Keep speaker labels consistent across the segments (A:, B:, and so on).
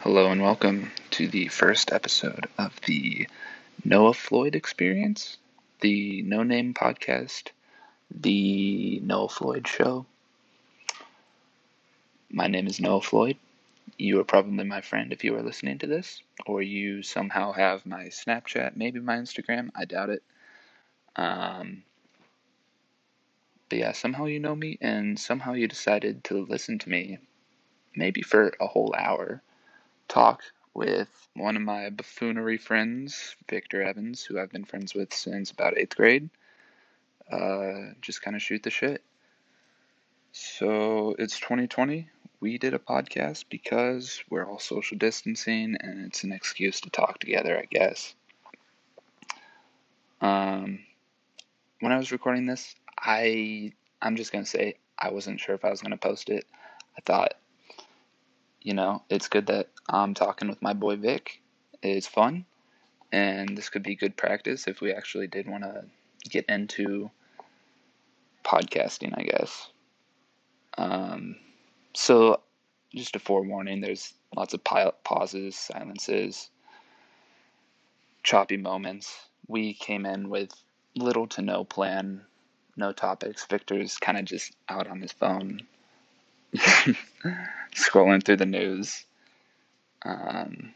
A: Hello and welcome to the first episode of the Noah Floyd Experience, the No Name Podcast, the Noah Floyd Show. My name is Noah Floyd. You are probably my friend if you are listening to this, or you somehow have my Snapchat, maybe my Instagram. I doubt it. Um, but yeah, somehow you know me, and somehow you decided to listen to me, maybe for a whole hour talk with one of my buffoonery friends, Victor Evans, who I've been friends with since about eighth grade. Uh, just kind of shoot the shit. So it's 2020. We did a podcast because we're all social distancing and it's an excuse to talk together, I guess. Um, when I was recording this, I I'm just gonna say I wasn't sure if I was gonna post it. I thought you know, it's good that I'm talking with my boy Vic. It's fun, and this could be good practice if we actually did want to get into podcasting, I guess. Um, so, just a forewarning: there's lots of pile- pauses, silences, choppy moments. We came in with little to no plan, no topics. Victor's kind of just out on his phone scrolling through the news. Um,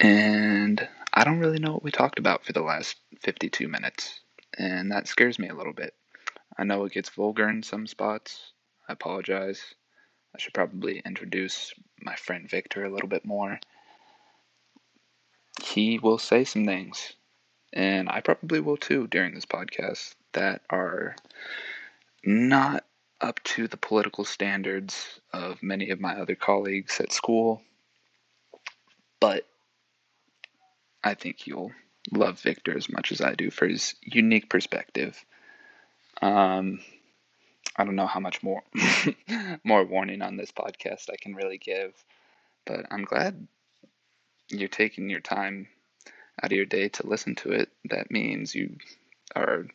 A: and I don't really know what we talked about for the last 52 minutes, and that scares me a little bit. I know it gets vulgar in some spots. I apologize. I should probably introduce my friend Victor a little bit more. He will say some things, and I probably will too during this podcast, that are not up to the political standards of many of my other colleagues at school, but I think you'll love Victor as much as I do for his unique perspective. Um, I don't know how much more more warning on this podcast I can really give, but I'm glad you're taking your time out of your day to listen to it. That means you are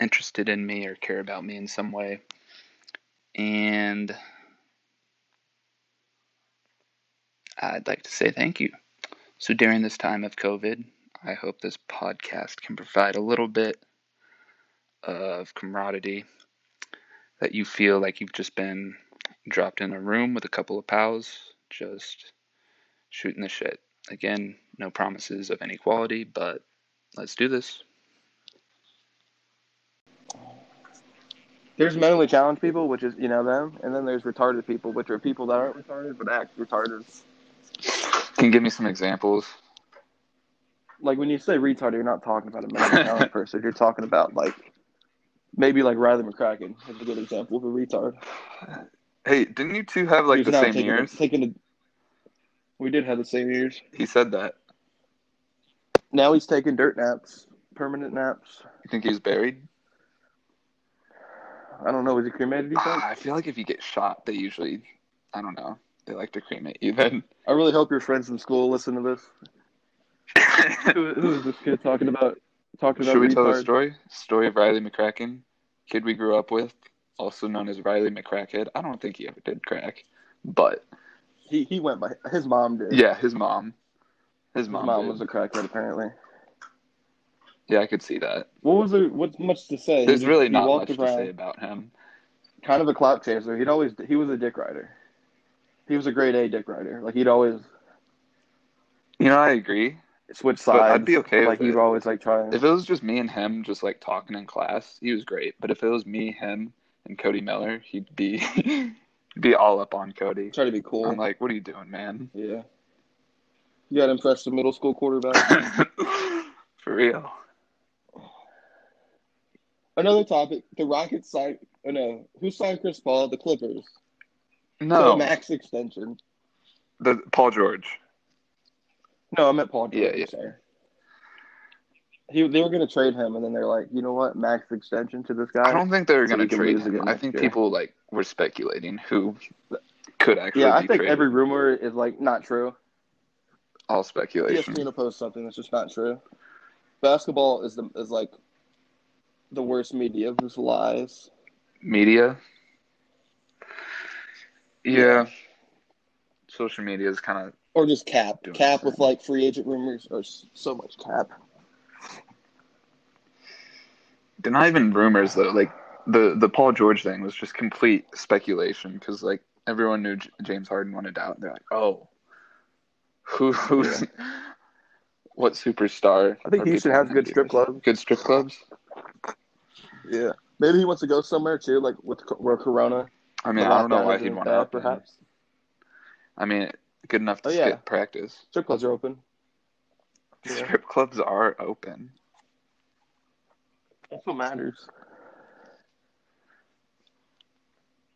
A: interested in me or care about me in some way. And I'd like to say thank you. So, during this time of COVID, I hope this podcast can provide a little bit of camaraderie that you feel like you've just been dropped in a room with a couple of pals, just shooting the shit. Again, no promises of any quality, but let's do this.
B: There's mentally challenged people, which is you know them, and then there's retarded people, which are people that aren't retarded but act retarded.
A: Can you give me some examples?
B: Like when you say retarded, you're not talking about a mentally challenged person. You're talking about like maybe like Riley McCracken is a good example of a retard.
A: Hey, didn't you two have like
B: Who's
A: the
B: now
A: same
B: taking,
A: years?
B: Taking a, we did have the same years.
A: He said that.
B: Now he's taking dirt naps, permanent naps.
A: You think he was buried?
B: I don't know. Is he cremated? You think?
A: Ah, I feel like if you get shot, they usually, I don't know, they like to cremate you then.
B: I really hope your friends from school listen to this. Who, who is this kid talking about? Talking about
A: Should we
B: retard?
A: tell the story? Story of Riley McCracken, kid we grew up with, also known as Riley McCrackhead. I don't think he ever did crack, but
B: He he went by his mom did.
A: yeah, his mom, his
B: His
A: mom,
B: mom,
A: did.
B: was a crackhead apparently.
A: yeah, I could see that.
B: What was there? What's much to say? He
A: There's
B: just-
A: really
B: he
A: not much
B: walked
A: to say about him.
B: Kind of a clout chaser. He'd always he was a dick rider. He was a grade A dick rider. Like he'd always
A: You know, I agree.
B: switch sides.
A: But I'd be okay
B: Like
A: with
B: he'd
A: it.
B: always like try.
A: If it was just me and him, just like talking in class, he was great. But if it was me, him, and Cody Miller, he'd be be all up on Cody.
B: try to be cool.
A: I'm like, what are you doing, man?
B: yeah. You got to impress the middle school quarterback.
A: For real.
B: Another topic: the Rockets signed. Oh no, who signed Chris Paul? The Clippers. To a
A: No,
B: max extension.
A: the Paul George.
B: No, I meant Paul. George,
A: Yeah, yeah.
B: Sorry. He, they were going to trade him, and then they're like, you know what? Max extension to this guy.
A: I don't think they're
B: So
A: gonna
B: we can
A: trade
B: lose
A: him.
B: again
A: I
B: next
A: think
B: year.
A: people like were speculating who could actually.
B: yeah, I
A: be
B: think
A: traded.
B: every rumor is like not true. E
A: all speculation.
B: ESPN will post something that's just not true. Basketball is the is like the worst media of just lies.
A: Media. Yeah. Social media is kind of
B: Or just cap.
A: Doing
B: cap
A: the
B: with like free agent rumors or s- so much cap.
A: they're not even rumors though. Like the the Paul George thing was just complete speculation because like everyone knew J- James Harden wanted out. They're like, oh, who who's what superstar?
B: I
A: are
B: think Houston
A: people
B: has good
A: gonna
B: strip
A: be?
B: clubs.
A: Good strip clubs.
B: Yeah. Maybe he wants to go somewhere too, like with co- where Corona.
A: I mean,
B: the
A: I don't know
B: lockdown
A: why
B: is
A: he'd
B: really
A: want
B: bad,
A: out. man.
B: Perhaps
A: I mean, good enough to
B: Oh, yeah.
A: skip practice.
B: strip clubs are open. Yeah.
A: Strip clubs are open.
B: That's what matters.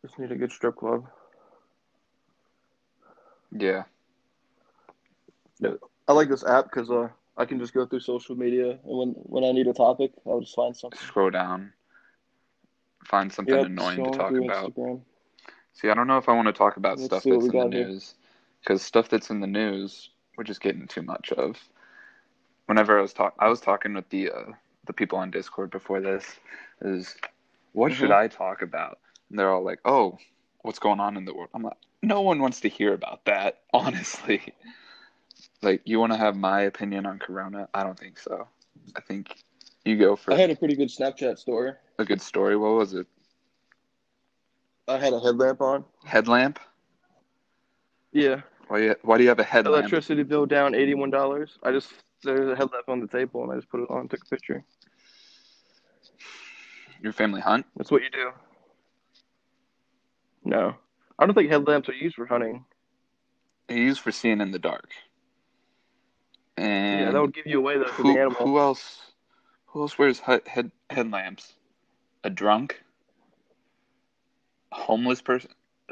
B: Just need a good strip club.
A: Yeah.
B: I like this app because uh, I can just go through social media, and when when I need a topic, I'll just find something.
A: Scroll down. Find something
B: Yep,
A: annoying to
B: scrolling
A: talk
B: through
A: about.
B: Instagram.
A: See, I don't know if I want to talk about
B: Let's
A: stuff
B: see what
A: that's in
B: we
A: the
B: got here.
A: news because stuff that's in the news we're just getting too much of. Whenever I was talk, I was talking with the uh, the people on Discord before this. Is what should
B: Mhm.
A: I talk about? And they're all like, "Oh, what's going on in the world?" I'm like, "No one wants to hear about that, honestly." Like, you want to have my opinion on Corona? I don't think so. I think you go for
B: I had a pretty good Snapchat story.
A: a good story. What was it?
B: I had a headlamp on.
A: Headlamp?
B: Yeah.
A: Why? You, why do you have a headlamp?
B: Electricity bill down eighty one dollars. I just there's a headlamp on the table, and I just put it on, took a picture.
A: Your family hunt?
B: That's what you do. No, I don't think headlamps are used for hunting.
A: They use for seeing in the dark. And
B: yeah, that would give you away though to the
A: who,
B: animal.
A: who else? Who else wears head, head headlamps? A drunk? A homeless person?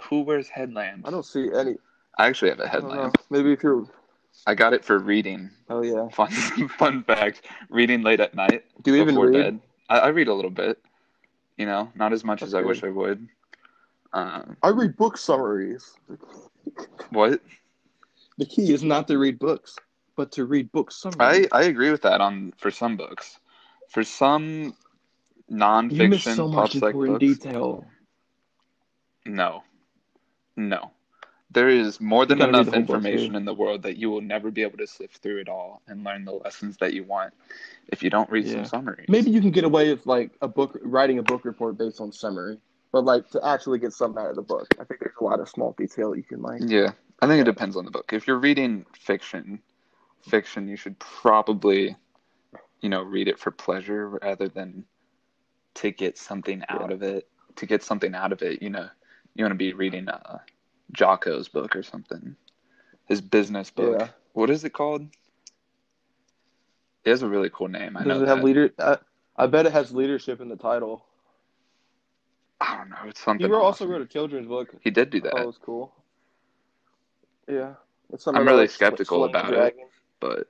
A: Who wears headlamps?
B: I don't see any.
A: I actually have a
B: I don't know.
A: headlamp.
B: Maybe if you're.
A: I, got it for reading.
B: Oh yeah.
A: Fun fun fact: reading late at night
B: Do you even
A: before
B: read?
A: bed. I, I read a little bit. You know, not as much
B: That's
A: as I
B: good.
A: wish I would. Um,
B: I read book summaries.
A: what?
B: The key is not to read books, but to read book
A: I
B: summaries.
A: I agree with that on for some books. For some
B: you miss
A: nonfiction
B: so
A: pop
B: much
A: psych
B: important
A: books,
B: detail.
A: No. No. There is more than
B: gotta read the
A: enough
B: whole book,
A: information
B: dude.
A: in the world that you will never be able to sift through it all and learn the lessons that you want if you don't read
B: Yeah.
A: some summaries.
B: Maybe you can get away with like a book writing a book report based on summary, but like to actually get something out of the book, I think there's a lot of small detail you can like.
A: Yeah. I think it depends on the book. If you're reading fiction, fiction you should probably, you know, read it for pleasure rather than to get something out
B: Yeah.
A: of it. To get something out of it, you know, you want to be reading uh, Jocko's book or something. His business book.
B: Yeah.
A: What is it called? It has a really cool name. I
B: Does
A: know
B: it have
A: that.
B: leader? I, I bet it has leadership in the title.
A: I don't know. It's
B: He
A: something.
B: wrote, also
A: awesome.
B: wrote a Oh, children's book.
A: He did do
B: I
A: that,
B: thought it was cool. Yeah, it's something
A: I'm
B: about,
A: really
B: like, sl-
A: skeptical
B: slaying the
A: about it.
B: dragon.
A: but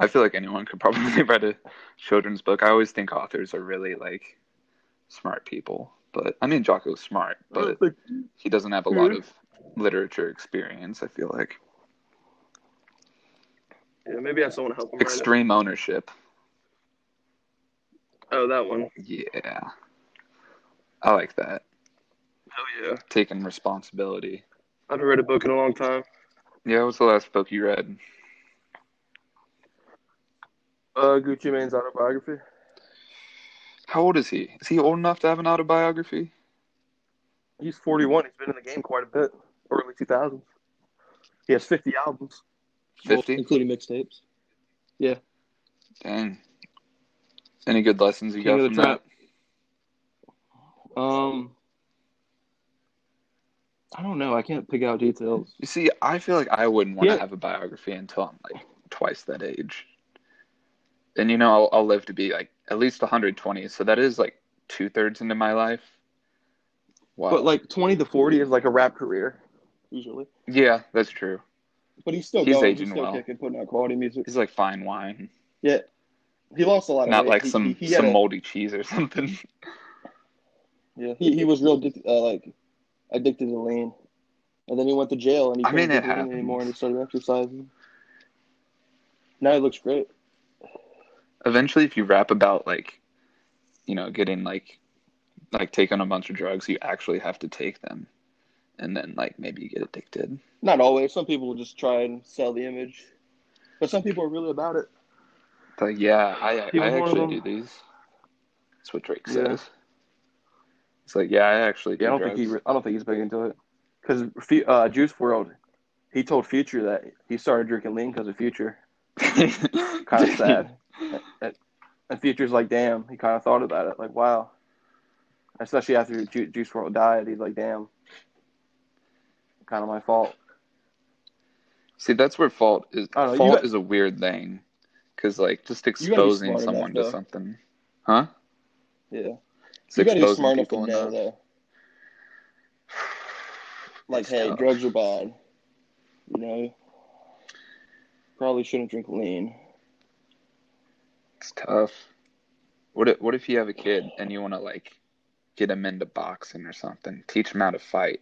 A: I feel like anyone could probably write a children's book. I always think authors are really like smart people, but I mean Jocko's smart,
B: I don't
A: but
B: think-
A: he doesn't have a lot
B: Mhm.
A: of literature experience. I feel like
B: yeah, maybe I have someone help him. write it.
A: extreme ownership.
B: Oh, that one.
A: Yeah, I like that.
B: Hell yeah.
A: Taking responsibility.
B: I haven't read a book in a long time.
A: Yeah, what's the last book you read?
B: Uh, Gucci Mane's autobiography.
A: How old is he? Is he old enough to have an autobiography?
B: He's 41. He's been in the game quite a bit. Early 2000s. He has 50 albums.
A: 50?
B: including mixtapes.
A: Dang. Any good lessons you
B: King
A: got
B: of the
A: from
B: trap.
A: that?
B: Um, I don't know. I can't pick out details.
A: You see, I feel like I wouldn't want to
B: Yeah.
A: have a biography until I'm like twice that age. And you know, I'll, I'll live to be like at least 120, so that is like two thirds into my life. Wow.
B: But like 20 to 40 is like a rap career, usually.
A: yeah, that's true.
B: But he's still
A: He's
B: going.
A: aging
B: he's still
A: well.
B: kicking, putting out quality music.
A: He's like fine wine,
B: He lost a lot of
A: not
B: weight.
A: like
B: He-
A: some
B: he, he had
A: some
B: a-
A: moldy cheese or something.
B: Yeah, he, he was real addic- uh, like addicted to lean, and then he went to jail and he
A: I mean,
B: couldn't
A: it
B: do lean anymore,
A: happens.
B: and he started exercising. Now he looks great.
A: Eventually, if you rap about like, you know, getting like, like taking a bunch of drugs, you actually have to take them, and then like maybe you get addicted.
B: Not always. Some people will just try and sell the image, but some people are really about it.
A: It's like yeah, I,
B: He
A: I
B: was one of
A: actually do
B: them.
A: these. That's what Drake
B: Yeah.
A: says. It's like yeah, I actually do
B: Yeah, I don't
A: drugs.
B: think he. I don't think he's big into it. Because uh, Juice World, he told Future that he started drinking lean because of Future. Kind of sad. and, and Future's like, damn. He kind of thought about it, like, wow. Especially after Ju- Juice World died, he's like, damn. Kind of my fault.
A: See, that's where fault is.
B: I don't know, you
A: fault
B: got-
A: is a weird thing, because like just
B: be
A: exposing
B: smart enough,
A: someone
B: though.
A: to something, huh?
B: Yeah,
A: It's
B: you gotta be
A: exposing
B: smart enough to
A: people
B: know
A: enough.
B: though. Like,
A: It's
B: hey,
A: tough.
B: drugs are bad. You know, probably shouldn't drink lean.
A: It's tough. What if, what if you have a kid and you want to like get him into boxing or something, teach him how to fight?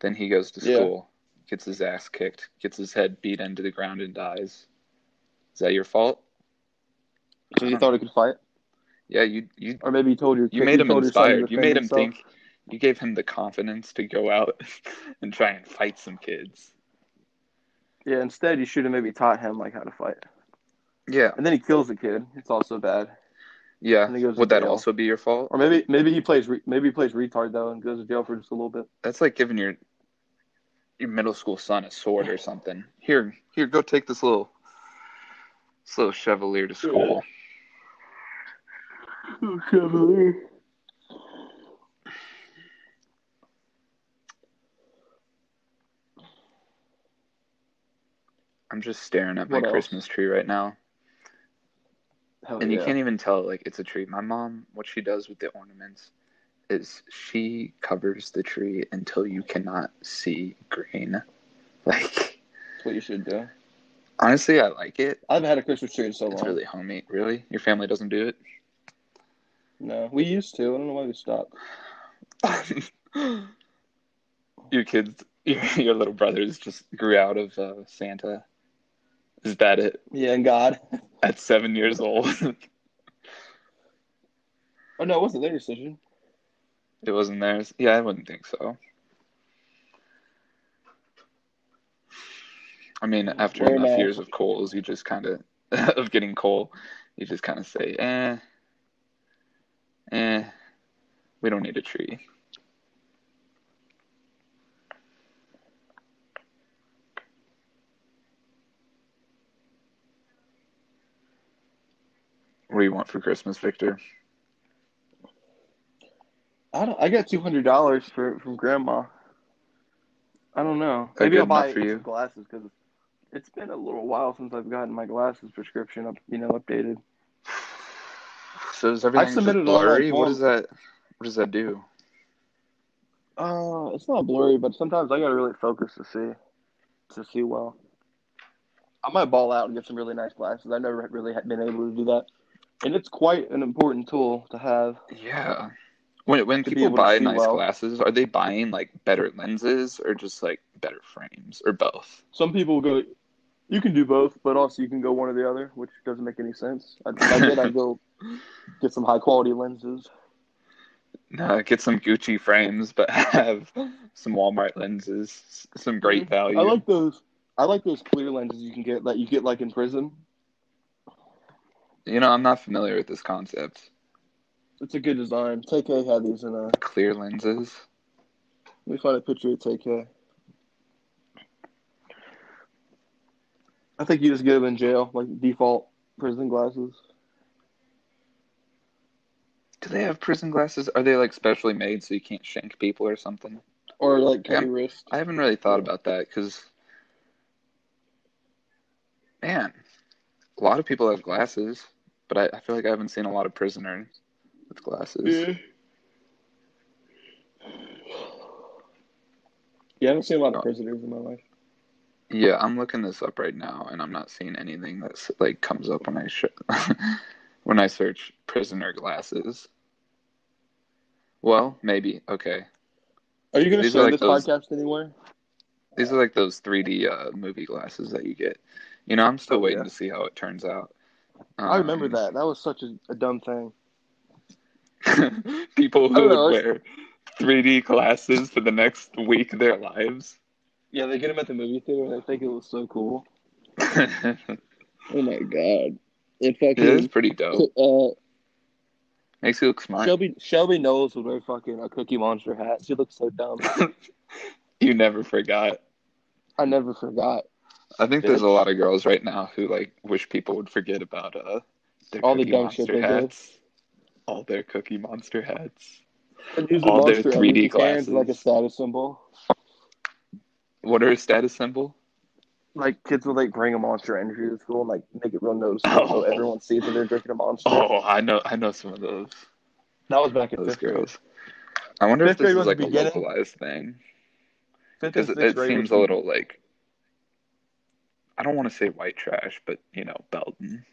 A: Then he goes to
B: Yeah.
A: school, gets his ass kicked, gets his head beat into the ground and dies. Is that your fault?
B: So you thought he could fight,
A: Yeah, you you
B: or maybe you told your
A: you made him
B: told your son to
A: inspired. You
B: defend
A: made him
B: himself.
A: think. You gave him the confidence to go out and try and fight some kids.
B: Yeah, instead you should have maybe taught him like how to fight.
A: Yeah,
B: And then he kills the kid. It's also bad.
A: yeah.
B: And he goes to
A: Would that
B: jail.
A: also be your fault?
B: Or maybe maybe he plays re- maybe he plays retard though and goes to jail for just a little bit.
A: That's like giving your your middle school son a sword or something. Here, here, go take this little this little chevalier to school. I'm just staring at my
B: What else?
A: Christmas tree right now,
B: Hell
A: and
B: yeah.
A: you can't even tell like it's a tree. My mom, what she does with the ornaments is she covers the tree until you cannot see green. Like
B: That's what you should do.
A: honestly, I like it.
B: I haven't had a Christmas tree in so long.
A: It's really homey. Really, your family doesn't do it.
B: No, we used to. I don't know why we stopped.
A: your kids, your, your little brothers just grew out of uh, Santa. Is that it?
B: Yeah, and God.
A: At seven years old,
B: Oh no, it wasn't their decision.
A: it wasn't theirs. Yeah, I wouldn't think so. I mean, after
B: Fair
A: enough
B: enough.
A: years of coals, you just kind of of getting coal, you just kind of say, eh, eh, we don't need a tree. What do you want for Christmas, Victor?
B: I don't. I got two hundred dollars for from Grandma. I don't know.
A: That
B: Maybe
A: good
B: I'll buy
A: enough for you?
B: some glasses because it's been a little while since I've gotten my glasses prescription up, you know, updated.
A: So is everything
B: submitted
A: just
B: an online
A: blurry? What
B: form.
A: does that? What does that do?
B: Uh, it's not blurry, but sometimes I gotta really focus to see, to see well. I might ball out and get some really nice glasses. I've never really had- been able to do that, and it's quite an important tool to have.
A: Yeah. When when
B: To be
A: people
B: able to
A: buy
B: see
A: nice
B: well.
A: glasses, are they buying like better lenses or just like better frames or both?
B: Some people go, you can do both, but also you can go one or the other, which doesn't make any sense. I, if I did, I'd go get some high quality lenses.
A: No, get some Gucci frames, but have some Walmart lenses, s- some great value.
B: I like those. I like those clear lenses you can get that you get like in prison.
A: you know, I'm not familiar with this concept.
B: It's a good design. TK had these in a. Let
A: Clear lenses.
B: me find a picture of TK. I think you just get them in jail, like default prison glasses.
A: Do they have prison glasses? Are they like specially made so you can't shank people or something?
B: Or like cut
A: Yeah.
B: your wrist.
A: I haven't really thought about that because, man, a lot of people have glasses, but I, I feel like I haven't seen a lot of prisoners with glasses.
B: Yeah. Yeah, I haven't seen a lot of prisoners in my life.
A: Yeah, I'm looking this up right now, and I'm not seeing anything that's like comes up when I sh- when I search prisoner glasses. Well, maybe okay.
B: Are you gonna
A: These are
B: share
A: like
B: this
A: those-
B: podcast anywhere?
A: These are like those 3D uh, movie glasses that you get. You know, I'm still waiting
B: Oh, Yeah.
A: to see how it turns out.
B: I remember
A: Um,
B: that. That was such a, a dumb thing.
A: people
B: I
A: who
B: don't
A: would
C: Oh,
B: know, it's-
A: wear 3D glasses for the next week of their lives.
B: Yeah, they get him at the movie theater, and I think it was so cool.
A: yeah,
C: Oh my god. It fucking
A: it's pretty dope.
C: uh,
A: Makes you look smart.
B: Shelby Shelby Knowles would wear fucking a Cookie Monster hat. She looks so dumb.
A: you never forgot.
C: I never forgot.
A: I think there's a lot of girls right now who like wish people would forget about uh their
C: All the
A: Cookie
C: dumb
A: Monster
C: shit they do.
A: hats, all their Cookie Monster hats.
B: And use
A: All their
B: monster
A: 3D
B: energy cans like a
A: glasses.
B: status symbol.
A: What are a status symbol?
B: Like kids would like bring a monster energy to school and like make it real noticeable
A: Oh.
B: so everyone sees that they're drinking a monster.
A: Oh, I know, I know some of those
B: That was back in
A: those
B: fifth grade.
A: girls. I wonder if
B: Fifth
A: this
B: grade
A: is
B: was the
A: like a
B: beginning?
A: localized thing.
B: Fifth and
A: because
B: sixth
A: it
B: grade
A: seems
B: was-
A: a little like I don't want to say white trash, but you know, Belton,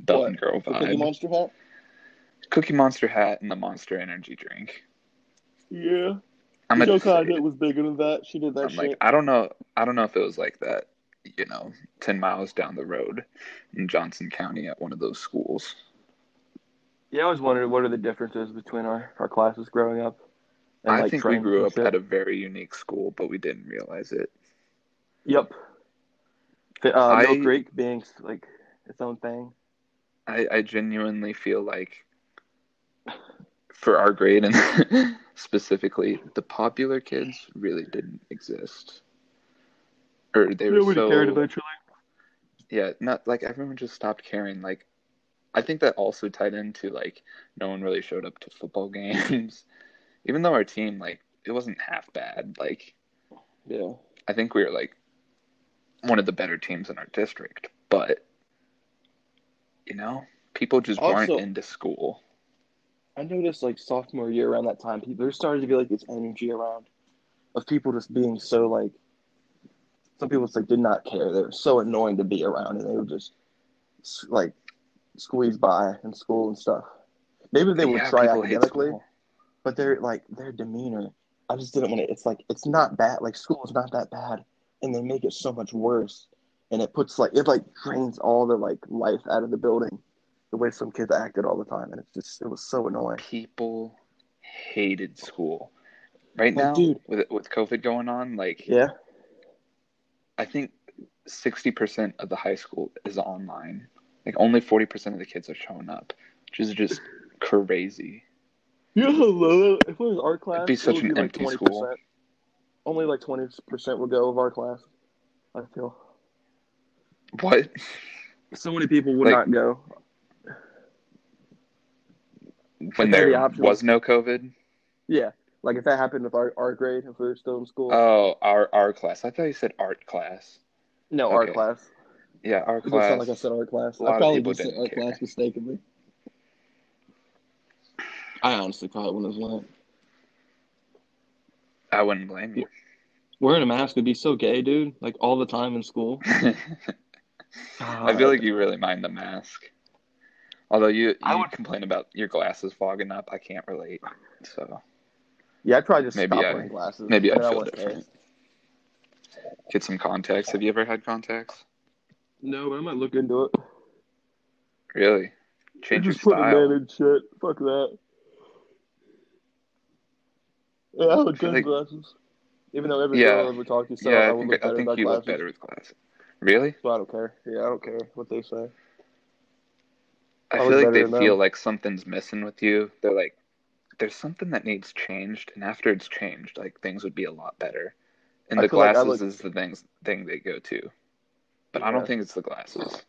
A: Belton girl
B: The Cookie
A: vibe, cookie, Monster
B: Monster hat.
A: hat, and the Monster Energy drink.
B: Yeah.
A: I'm
B: Joe
A: gonna say,
B: Condit was bigger than that. She did that
A: I'm
B: shit.
A: like I don't know, I don't know if it was like that, you know, ten miles down the road in Johnson County at one of those schools.
B: Yeah, I always wondered what are the differences between our, our classes growing up.
A: I think we
B: trends
A: grew
B: and
A: up
B: shit.
A: at a very unique school, but we didn't realize it.
B: yep. The, uh,
A: I-
B: Mill Creek being like its own thing.
A: I, I genuinely feel like for our grade and specifically the popular kids really didn't exist or they were so
B: eventually.
A: yeah not like everyone just stopped caring like i think that also tied into like no one really showed up to football games even though our team like it wasn't half bad like
B: Yeah.
A: i think we were like one of the better teams in our district but you know people just
B: Also-
A: weren't into school
B: I noticed like sophomore year around that time, people there started to be like this energy around of people just being so like. Some people just like did not care. They were so annoying to be around, and they would just s- like squeeze by in school and stuff. Maybe they would
A: Yeah,
B: try
A: people hate
B: academically,
A: school.
B: but they're like their demeanor. I just didn't want to. It's like it's not bad. Like school is not that bad, and they make it so much worse. And it puts like it like drains all the like life out of the building, the way some kids acted all the time, and it's just it was so annoying.
A: people hated school. Right
B: Well,
A: now,
B: dude.
A: with with COVID going on, like
B: Yeah,
A: I think sixty percent of the high school is online. Like only forty percent of the kids are showing up, which is just crazy.
B: you know how low if it was our class,
A: It'd be such
B: would
A: an
B: like
A: empty school.
B: 20%. Only like twenty percent would go of our class. I feel
A: What?
B: so many people would
A: Like-
B: not go.
A: When
B: had the
A: there
B: option-
A: was no COVID?
B: Yeah, like if that happened with our, our grade, if we were still in school.
A: Oh, our our class. I thought you said art class.
B: no,
A: okay.
B: our class.
A: Yeah, our
B: It looks
A: class.
B: like I said our class.
A: A lot
C: I
A: of
C: probably
A: people
C: just said
A: didn't
C: our
A: care.
C: class mistakenly. I honestly probably wouldn't have went.
A: I wouldn't blame you.
C: Wearing a mask would be so gay, dude. Like all the time in school.
A: I feel like you really mind the mask. Although you, you
B: I would-
A: complain about your glasses fogging up, I can't relate. So
B: Yeah, I'd probably just
A: Maybe
B: stop
A: I-
B: wearing glasses.
A: maybe I
B: Then
A: feel
B: wouldn't care.
A: different. get some contacts. Have you ever had contacts?
C: No, but I might look
B: Look into it.
A: Really? Change your
B: just putting man
A: style.
B: in shit. Fuck that. Yeah, I would
A: I feel like-
B: change glasses. Even though every
A: Yeah.
B: girl I ever talked to said
A: yeah,
B: I
A: I
B: would
A: think
B: look
A: I
B: better
A: think
B: without
A: you look
B: glasses.
A: better with glasses. Really?
B: So I don't care. Yeah, I don't care what they say.
A: I
B: I
A: feel like
B: look better
A: they
B: than them.
A: feel like something's missing with you. They're like, there's something that needs changed, and after it's changed, like things would be a lot better. And
B: I
A: the
B: feel like I
A: glasses
B: look-
A: is the things thing they go to, but I don't
B: Yeah.
A: think it's the glasses.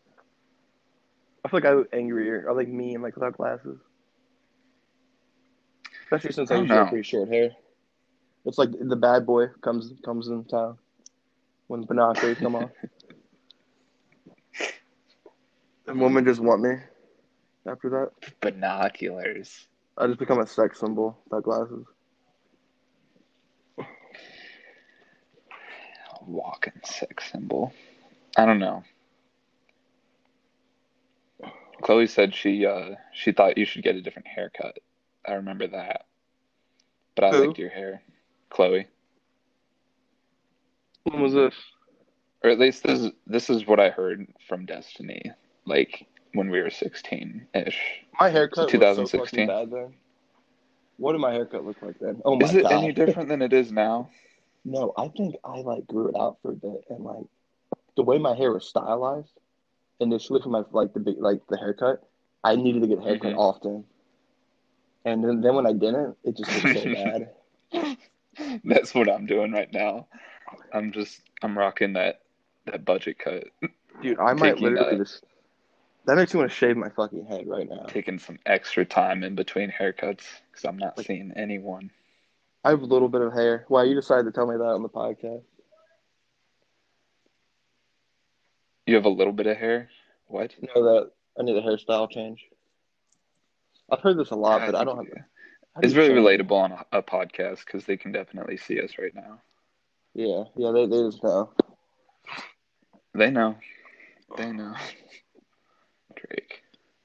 B: I feel like I look angrier. I look mean like without glasses. Especially since I
A: I don't
B: usually have
A: know.
B: pretty short hair. It's like the bad boy comes comes in town when binoculars come on. And women just want me after that.
A: Binoculars.
B: I just become a sex symbol without glasses.
A: walking sex symbol. I don't know. Chloe said she uh she thought you should get a different haircut. I remember that. But I
B: Who?
A: liked your hair, Chloe.
B: When was this?
A: Or at least this is this is what I heard from Destiny, like when we were sixteen ish.
B: My haircut was so fucking
A: 2016.
B: bad then. What did my haircut look like then? Oh my
A: is it
B: god!
A: any different than it is now?
B: no, I think I like grew it out for a bit, and like the way my hair was stylized initially for my like the big like the haircut, I needed to get a haircut
A: Mhm.
B: often, and then then when I didn't, it just looked so bad.
A: That's what I'm doing right now. I'm just I'm rocking that that budget cut,
B: Dude, I might
A: Taking,
B: literally
A: uh,
B: just. That makes me want to shave my fucking head right now.
A: taking some extra time in between haircuts because I'm not seeing anyone.
B: I have a little bit of hair. Why you decided to tell me that on the podcast?
A: You have a little bit of hair. What?
B: You know that I need a hairstyle change. I've heard this a lot,
A: I
B: but I
A: think
B: don't have.
A: it-
B: how do
A: It's
B: you
A: really
B: change it?
A: relatable on a, a podcast because they can definitely see us right now.
B: Yeah, yeah, they, they just know.
A: They know. They know.
B: Oh.
A: Drake.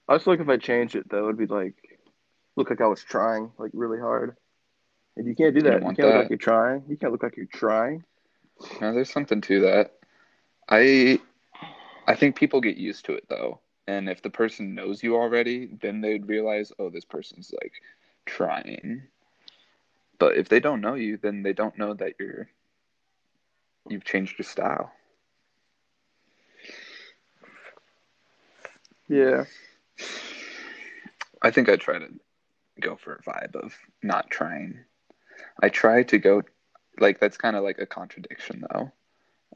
B: I just like if I changed it though, it'd be like look like I was trying like really hard. And you can't do
A: You don't
B: that. You
A: want
B: can't look
A: that.
B: like you're trying. You can't look like you're trying.
A: No, there's something to that. I I think people get used to it though. And if the person knows you already, then they'd realize, oh, this person's like trying. But if they don't know you, then they don't know that you're you've changed your style.
B: Yeah.
A: I think I try to go for a vibe of not trying. I try to go like that's kind of like a contradiction though.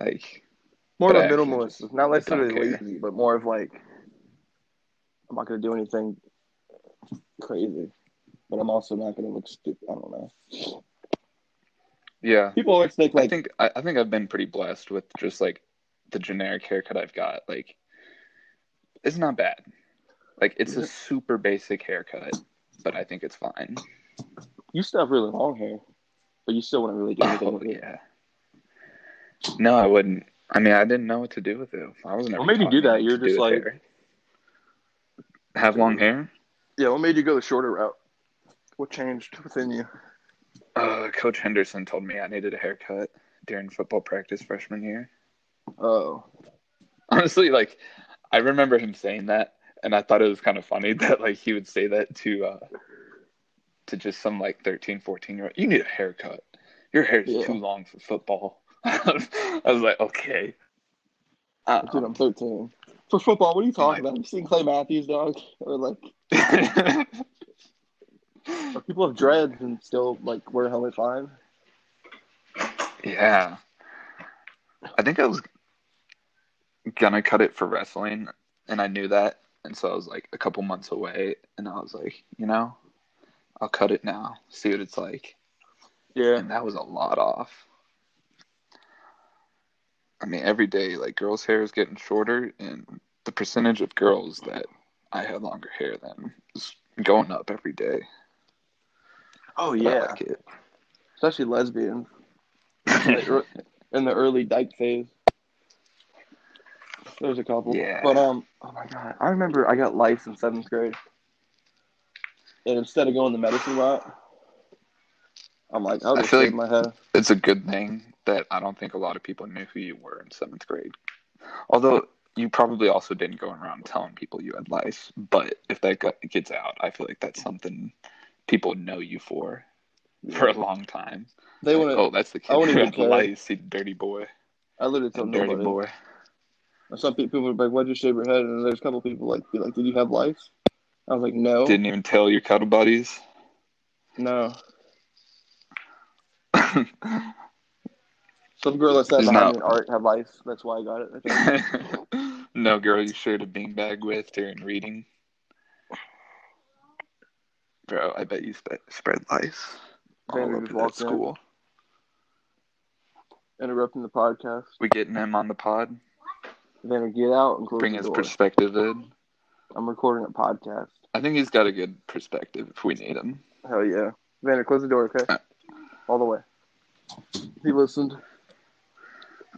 A: Like
B: More
A: But
B: of
A: I
B: a
A: actually
B: minimalist.
A: just- I
B: not
A: don't
B: necessarily
A: care.
B: lazy, but more of like I'm not gonna do anything crazy. But I'm also not gonna look stupid. I don't know.
A: yeah,
B: People always think like
A: I think I, I think I've been pretty blessed with just like the generic haircut I've got. Like, it's not bad. Like, it's a super basic haircut, but I think it's fine.
B: you still have really long hair, but you still wouldn't really do anything
A: Oh,
B: with it.
A: yeah. No, I wouldn't. I mean, I didn't know what to do with it. I was never.
B: What made you
A: taught
B: do that?
A: what
B: You're
A: to
B: just
A: with
B: like-
A: hair. have long hair.
B: Yeah, what made you go the shorter route? What changed within you?
A: Uh, Coach Henderson told me I needed a haircut during football practice freshman year.
B: Oh.
A: honestly like i remember him saying that and i thought it was kind of funny that like he would say that to uh to just some like 13 14 year old you need a haircut your hair is
B: Yeah.
A: too long for football i was like okay uh,
B: Dude, I'm 13. For football, what are you
A: talking
B: talking about? You seen Clay Matthews, dog? Or like, people have dreads and still like wear helmet fine.
A: yeah i think i was gonna cut it for wrestling and i knew that and so i was like a couple months away and i was like you know i'll cut it now see what it's like
B: Yeah.
A: and that was a lot off. I mean, every day, like girls' hair is getting shorter, and the percentage of girls that I had longer hair than is going up every day.
B: Oh
A: But I like it.
B: especially lesbian er, in the early dyke phase. There's a couple.
A: Yeah.
B: But um, oh my god, I remember I got lice in seventh grade, and instead of going the medicine route, I'm like, I'll
A: I
B: just
A: feel
B: shave
A: like-
B: my head.
A: it's a good thing that I don't think a lot of people knew who you were in seventh grade. Although you probably also didn't go around telling people you had lice, but if that got- gets out, I feel like that's something people know you for for a long time.
B: They
A: Like,
B: wouldn't.
A: oh, that's the kid
B: I wouldn't
A: who
B: even
A: had
B: care.
A: lice, he dirty boy.
B: I literally told
A: dirty
B: nobody.
A: boy.
B: Some pe- people would be like, "Why'd you shave your head?" And there's a couple people like, "Be like, did you have lice?" I was like, "No,
A: Didn't even tell your cuddle buddies.
B: no."
A: I
B: Some girl that sat
A: It's not-
B: behind me in art had lice. That's why I got it. Okay.
A: no girl you shared a beanbag with during reading. Bro, I bet you spe- spread lice all
B: Brandon
A: over
B: just
A: that
B: walked in.
A: school.
B: Interrupting the podcast.
A: We getting him on the pod,
B: Then get out and close
A: bring
B: the
A: his
B: door.
A: perspective in.
B: I'm recording a podcast.
A: I think he's got a good perspective if we need him.
B: Hell yeah. Vander, close the door,
A: Uh.
B: okay? All the way. He listened.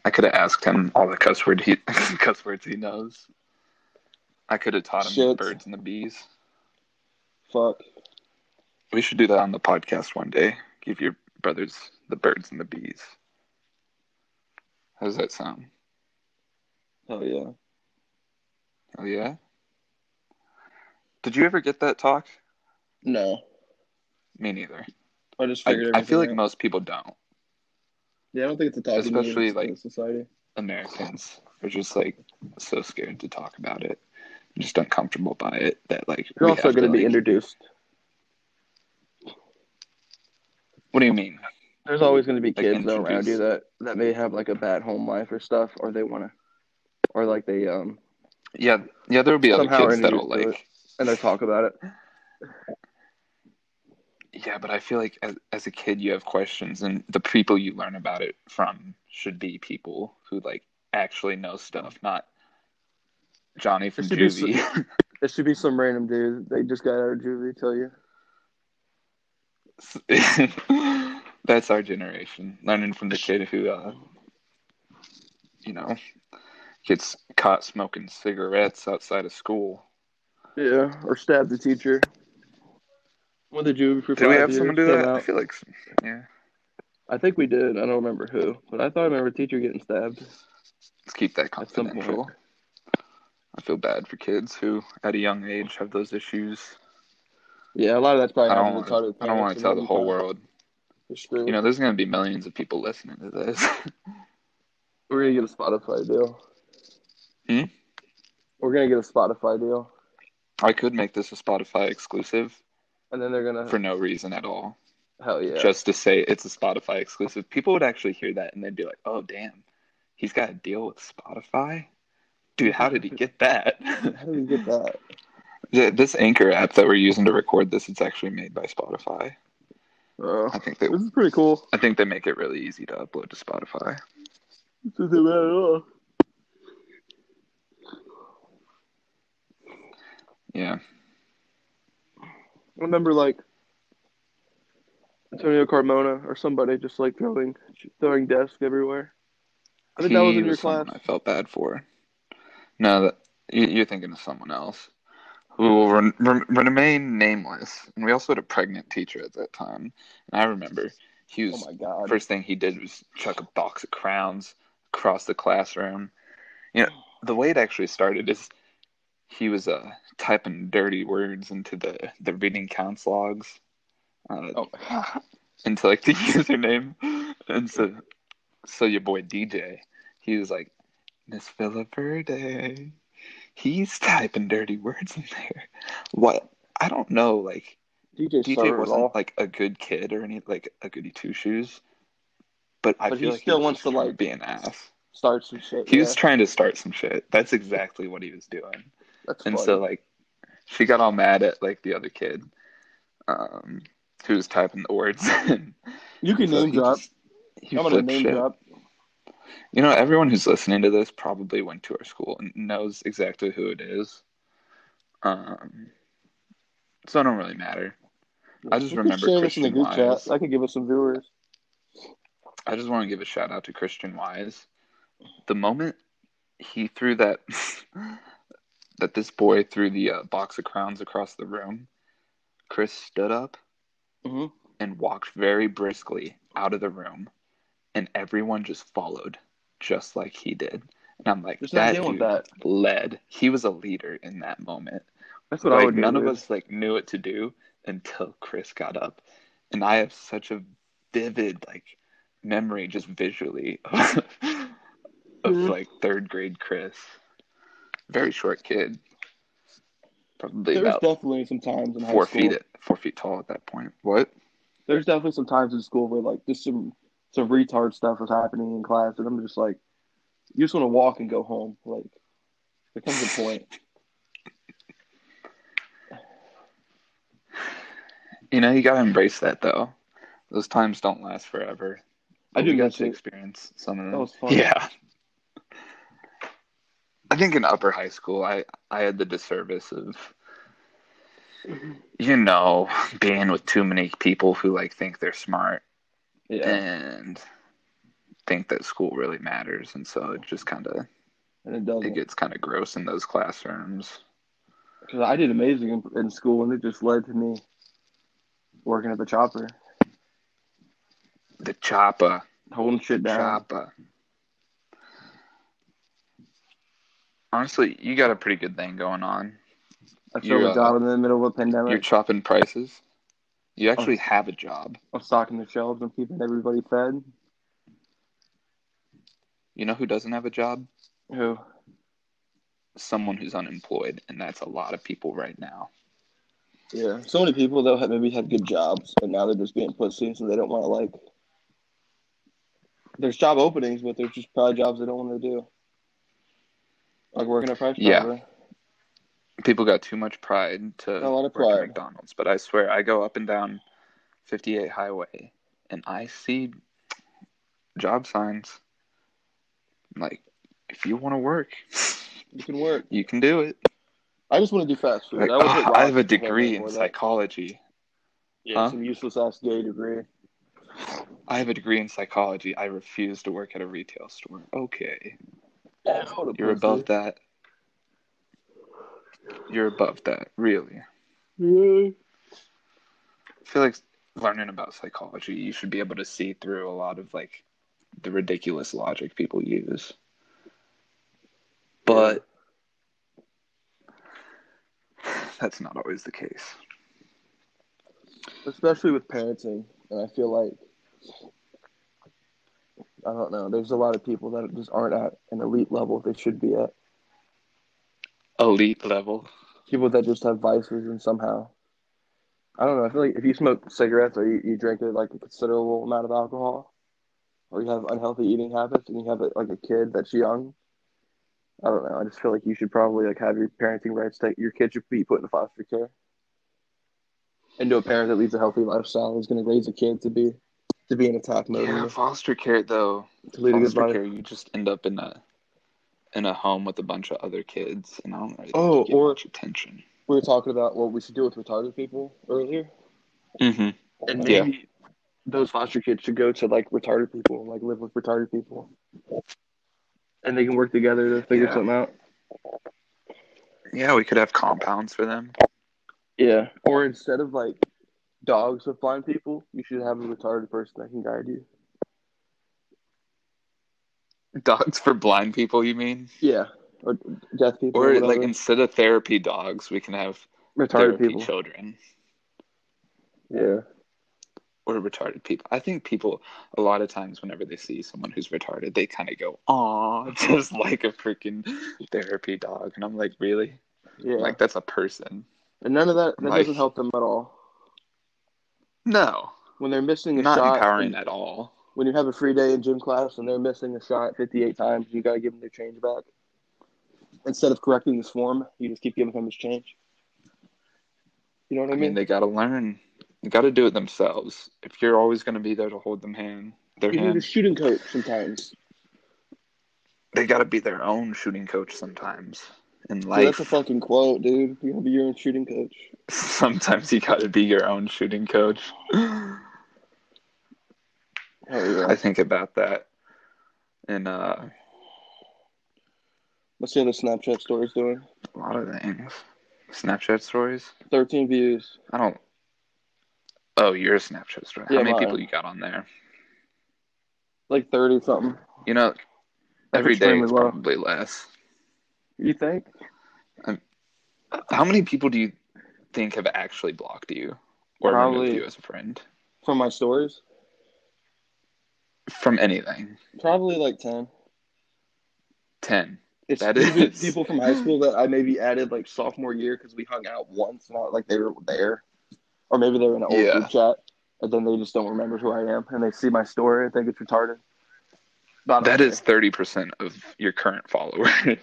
A: I could have asked him all the cuss word he cuss words he knows. I could have taught him the
B: Shit.
A: birds and the bees.
B: Fuck.
A: We should do that on the podcast one day. Give your brothers the birds and the bees. How does that sound?
B: Hell yeah.
A: Oh yeah. Did you ever get that talk?
B: No.
A: Me neither.
D: I just
A: I,
D: figured.
A: I feel like
D: everything out.
A: most people don't.
D: yeah, I don't think it's a topic. needed
A: especially,
D: in
A: like-
D: society.
A: Americans are just like so scared to talk about it, just uncomfortable by it. That like
C: You're
A: we
C: also
A: have to,
C: going to be
A: like-
C: introduced.
A: What do you mean?
B: There's always going to be
A: Like,
B: kids though around
A: introduce-
B: you that that may have like a bad home life or stuff, or they want to, or like they um
A: Yeah, yeah. There will be other
B: Somehow
A: kids that'll
B: introduced to
A: like.
B: and they talk about it.
A: Yeah, but I feel like as, as a kid, you have questions, and the people you learn about it from should be people who like actually know stuff, not Johnny from
B: It should be
A: juvie.
B: It should be some random dude. They just got out of juvie. Tell you.
A: That's our generation learning from the kid who, uh, you know, gets caught smoking cigarettes outside of school.
B: Yeah, or stab the teacher. When the juvie for
A: Did we
B: five
A: have someone do
B: years came
A: that? I
B: out.
A: feel like, s- yeah,
B: I think we did. I don't remember who, but I thought I remember a teacher getting stabbed.
A: let's keep that
B: At some point.
A: confidential. I feel bad for kids who, at a young age, have those issues.
B: Yeah, a lot of that's probably
A: I don't
B: happened to
A: want.
B: the target
A: I don't want
B: parents
A: to tell
B: and
A: the
B: maybe
A: whole
B: parents.
A: world.
B: You're screwed.
A: You know, there's gonna be millions of people listening to this.
B: We're gonna get a Spotify deal.
A: Hmm?
B: We're gonna get a Spotify deal,
A: I could make this a Spotify exclusive
B: and then they're gonna
A: for no reason at all,
B: hell yeah.
A: just to say it's a Spotify exclusive. People would actually hear that and they'd be like, "Oh, damn, he's got a deal with Spotify." Dude, how did he get that?
B: How do we get that?
A: Yeah, this Anchor app that we're using to record this, it's actually made by Spotify.
B: Uh,
A: I think they,
B: this is pretty cool.
A: I think they make it really easy to upload to Spotify.
B: This isn't bad at all.
A: Yeah,
B: I remember like Antonio Carmona or somebody just like throwing throwing desk everywhere. I think that was
A: He
B: in your
A: someone
B: class.
A: I felt bad for. No, that you- you're thinking of someone else who will re- re- remain nameless. And we also had a pregnant teacher at that time, and I remember he
C: Oh
A: was
C: my god!
A: first thing he did was chuck a box of crowns across the classroom. You know, the way it actually started is he was uh, typing dirty words into the, the reading counts logs, uh,
C: Oh my god!
A: into like the username, and so so your boy DJ, he was like Miss Villaverde, he's typing dirty words in there. What I don't know, like
B: DJ,
A: DJ
B: started it all.
A: wasn't like a good kid or any like a goody two shoes, but I
B: But he
A: feel like
B: still
A: was
B: wants
A: just
B: to,
A: trying
B: like-
A: be an ass.
B: Start some shit.
A: He
B: yeah.
A: was trying to start some shit. That's exactly what he was doing.
B: That's
A: And
B: funny.
A: so like, she got all mad at like the other kid, um, who was typing the words. and
B: you can
A: so
B: name
A: he
B: drop.
A: just- he
B: I'm gonna
A: flipped
B: name
A: shit.
B: drop.
A: You know, everyone who's listening to this probably went to our school and knows exactly who it is. Um, so it don't really matter. I just
B: You could
A: remember
B: share this in the
A: Christian
B: group chat.
A: Wise.
B: That could give us some viewers.
A: I just want to give a shout out to Christian Wise. The moment he threw that that this boy threw the uh, box of crowns across the room, Chris stood up
B: Mhm.
A: and walked very briskly out of the room, and everyone just followed, just like he did. And I'm like,
B: There's no
A: that
B: deal with
A: dude
B: that.
A: led. He was a leader in that moment.
B: That's what I
A: like
B: would do,
A: none of
B: dude.
A: us like knew what to do until Chris got up, and I have such a vivid like memory just visually of, of
B: Mhm.
A: like third grade Chris, very short kid, probably
B: There's
A: about
B: definitely some times in high
A: four
B: school.
A: feet four feet tall at that point. What?
B: There's definitely some times in school where like just some some retard stuff was happening in class, and I'm just like, you just want to walk and go home. Like, there comes a point.
A: You know, you gotta embrace that though. Those times don't last forever.
B: I do
A: We got
B: miss
A: to
B: it.
A: experience some of them.
B: That was fun.
A: Yeah. I think in upper high school, I I had the disservice of, you know, being with too many people who like think they're smart
B: Yeah,
A: and think that school really matters, and so it just kind of
B: and it
A: it
B: doesn't.
A: gets kind of gross in those classrooms.
B: Because I did amazing in, in school, and it just led to me working at the chopper,
A: The chopper,
B: holding shit down.
A: chopper. Honestly, you got a pretty good thing going on.
B: I filled
A: You,
B: a
A: uh,
B: job in the middle of a
A: You're
B: pandemic.
A: chopping prices.
B: Oh.
A: You actually have a job.
E: I'm stocking the shelves. I'm keeping everybody fed.
A: You know who doesn't have a job?
E: Who?
A: Someone who's unemployed, and that's a lot of people right now.
F: Yeah.
B: So many people though have maybe had good jobs and now they're just getting pussy, so they don't want to like. There's job openings, but there's just probably jobs they don't want to do. Like working at Price
A: Yeah.
B: Chopper.
A: People got too much pride to
B: A lot of
A: work at
B: pride.
A: McDonald's, but I swear I go up and down 58 Highway, and I see job signs. Like, if you want to work,
B: You can work.
A: you can do it.
B: I just want to do fast food.
A: Like,
B: I, was
A: "Ah,
B: at
A: I have a
B: Ross for
A: degree in
B: more than-
A: psychology.
B: Yeah,
A: huh?
B: some useless ass gay degree.
A: I have a degree in psychology. I refuse to work at a retail store. Okay.
B: What a
A: You're
B: pussy.
A: above that. You're above that, really. I feel like learning about psychology, you should be able to see through a lot of like the ridiculous logic people use. But that's not always the case.
B: especially with parenting. And I feel like I don't know. There's a lot of people that just aren't at an elite level they should be at.
A: Elite level.
B: People that just have vices and somehow I don't know. I feel like if you smoke cigarettes or you, you drink a, like a considerable amount of alcohol, or you have unhealthy eating habits, and you have a, like a kid that's young. I don't know. I just feel like you should probably like have your parenting rights. Take your kid should be put in foster care. And to a parent that leads a healthy lifestyle is going to raise a kid to be to be in attack mode,
A: Yeah,
B: and
A: foster care though.
B: to lead a good
A: foster
B: life.
A: care, you just end up in a in a home with a bunch of other kids, and I don't really
B: Oh,
A: think you get
B: or-
A: much attention.
B: We were talking about what we should do with retarded people earlier,
A: Mm-hmm.
B: and
A: Yeah.
B: maybe those foster kids should go to like retarded people, like live with retarded people, and they can work together to figure
A: Yeah.
B: something out.
A: Yeah, we could have compounds for them.
B: Yeah. Or instead of like dogs with blind people, you should have a retarded person that can guide you.
A: Dogs for blind people, you mean?
B: Yeah. Or deaf people.
A: Or
B: Or,
A: like
B: whatever.
A: instead of therapy dogs, we can have
B: retarded
A: therapy
B: people.
A: children
B: Yeah.
A: or retarded people. I think people a lot of times whenever they see someone who's retarded, they kind of go, "Aw," just like a freaking therapy dog, and I'm like, really?
B: Yeah.
A: Like that's a person?
B: and none of that that
A: like-
B: doesn't help them at all.
A: No,
B: When they're missing a
A: not
B: shot
A: empowering at all.
B: when you have a free day in gym class and they're missing a shot fifty eight times, you gotta give them their change back. Instead of correcting his form, you just keep giving him his change. You know what
A: I mean, they got to learn. They got to do it themselves. If you're always going to be there to hold them hand, their
B: you need
A: hand,
B: a shooting coach sometimes.
A: they got to be their own shooting coach sometimes. In
B: Dude,
A: life,
B: that's a fucking quote, dude. You gotta be your own shooting coach.
A: sometimes you got to be your own shooting coach.
B: Hell yeah.
A: I think about that. And uh,
B: Let's see how the Snapchat story's doing.
A: a lot of things. Snapchat stories.
B: 13 views.
A: I don't. Oh, you're a Snapchat story.
B: Yeah,
A: How many
B: mine.
A: people you got on there?
B: Like 30 something.
A: You know, every day
B: extremely
A: it's
B: low.
A: probably less.
B: You think?
A: How many people do you think have actually blocked you or
B: Probably-
A: removed you as a friend
B: From my stories?
A: from anything?
B: Probably like 10.
A: Ten.
B: It's
A: That
B: usually
A: is-
B: people from high school that I maybe added like sophomore year because we hung out once, not like they were there. Or maybe they were in an old
A: Yeah.
B: group chat, and then they just don't remember who I am, and they see my story and think it's retarded. But I don't
A: That
B: care.
A: is thirty percent of your current followers.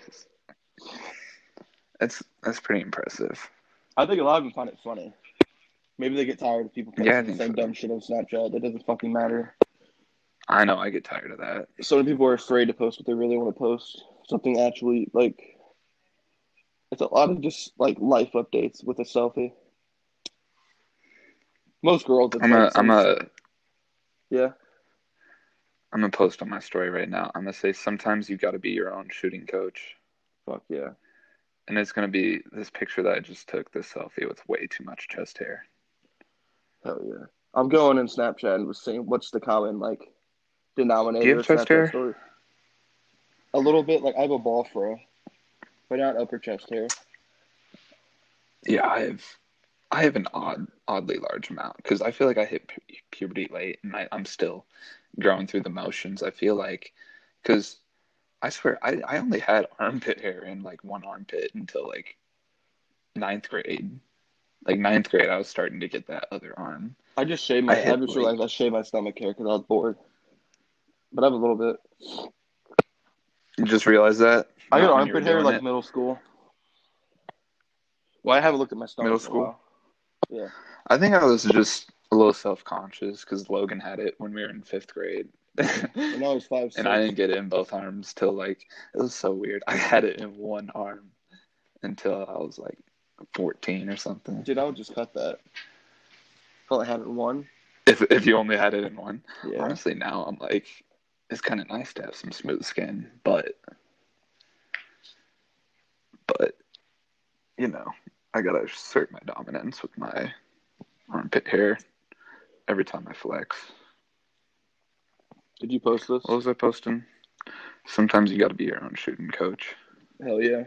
A: that's that's pretty impressive.
B: I think a lot of them find it funny. Maybe they get tired of people posting
A: Yeah, I
B: the
A: think
B: same
A: so.
B: dumb shit on Snapchat. That doesn't fucking matter.
A: I know I get tired of that.
B: so many people are afraid to post what they really want to post. Something actually like it's a lot of just like life updates with a selfie. Most girls, it's
A: I'm a
B: like some-
A: I'm a
B: yeah.
A: I'm gonna post on my story right now. I'm gonna say sometimes you got to be your own shooting coach,
B: Fuck yeah,
A: and it's gonna be this picture that I just took, this selfie with way too much chest hair.
B: hell yeah. I'm going in Snapchat and was seeing what's the common like denominator.
A: Do you have
B: of
A: chest
B: Snapchat
A: hair?
B: story. A little bit. Like I have a ball fro, but not upper chest hair.
A: Yeah, I have I have an odd, oddly large amount because I feel like I hit pu- puberty late and I, I'm still growing through the motions. I feel like because I swear I, I only had armpit hair and like one armpit until like ninth grade. Like ninth grade, I was starting to get that other arm.
B: I just shaved
A: I
B: my. I,
A: hit
B: I just
A: like-
B: realized I shaved my stomach hair because I was bored. But I have a little bit.
A: You just realized that
B: I
A: Not
B: got
A: when you
B: armpit
A: were
B: hair
A: doing
B: like
A: it?
B: middle school. Well, I haven't looked at my stomach.
A: Middle
B: in a
A: school?
B: while.
A: I think I was just a little self conscious because Logan had it when we were in fifth grade.
G: When I was five, six,
A: and I didn't get it in both arms till like it was so weird. I had it in one arm until I was like fourteen or something.
B: Dude, I would just cut that. I only had it in one.
A: If if you only had it in one,
B: Yeah.
A: honestly, now I'm like, it's kind of nice to have some smooth skin, but but you know, I gotta assert my dominance with my armpit hair every time I flex.
B: Did you post this?
A: What was I posting? Sometimes you gotta be your own shooting coach.
G: hell yeah.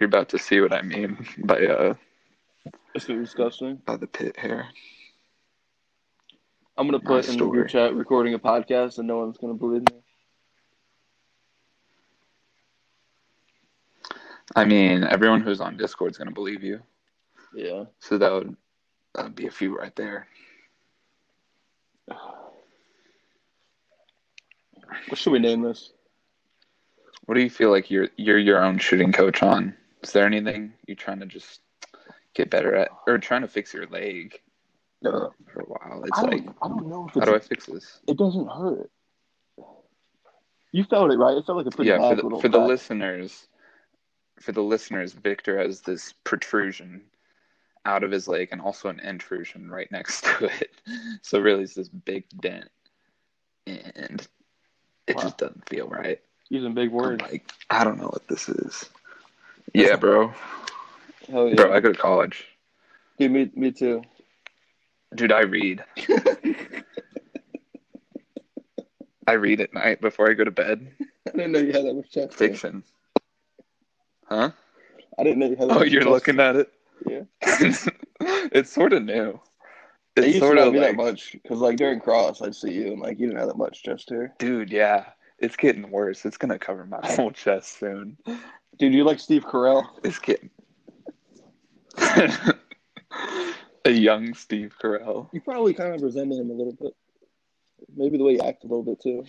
A: You're about to see what I mean by uh
B: It's disgusting.
A: by the pit hair.
B: I'm gonna
A: My
B: put in the
A: story.
B: group chat recording a podcast, and no one's gonna believe me.
A: I mean, everyone who's on Discord's gonna believe you.
B: Yeah.
A: So that would that'd be a few right there.
B: What should we name this?
A: What do you feel like you're you're your own shooting coach on? Is there anything you're trying to just get better at, or trying to fix your leg
B: No,
A: for a while? It's
B: I
A: like,
B: don't. I don't know if
A: how
B: it's,
A: do I fix this?
B: it doesn't hurt. You felt it, right? It felt like a pretty
A: yeah,
B: bad
A: for the,
B: little
A: for the
B: crack.
A: listeners, for the listeners, Victor has this protrusion out of his leg and also an intrusion right next to it. So really, it's this big dent, and it
B: Wow.
A: just doesn't feel right.
B: Using big
A: I'm
B: words.
A: like, I don't know what this is. Yeah, bro.
B: Hell yeah.
A: Bro, I go to college.
B: Dude, me, me too.
A: Dude, I read. I read at night before I go to bed.
G: I didn't know you had that much chest.
A: Fiction. Huh?
G: I didn't know you had that
A: Oh,
G: much
A: you're
G: chest.
A: looking at it?
G: Yeah.
A: it's sort of new.
G: It
A: It's
G: used to
A: sort
G: not
A: of
G: be
A: like,
G: that much because, like, during cross, I'd see you and, like, you didn't have that much chest hair.
A: dude, yeah. It's getting worse. It's going to cover my whole chest soon.
B: Dude, you like Steve Carell?
A: It's getting. A young Steve Carell.
G: You probably kind of resemble him a little bit. Maybe the way you act a little bit too.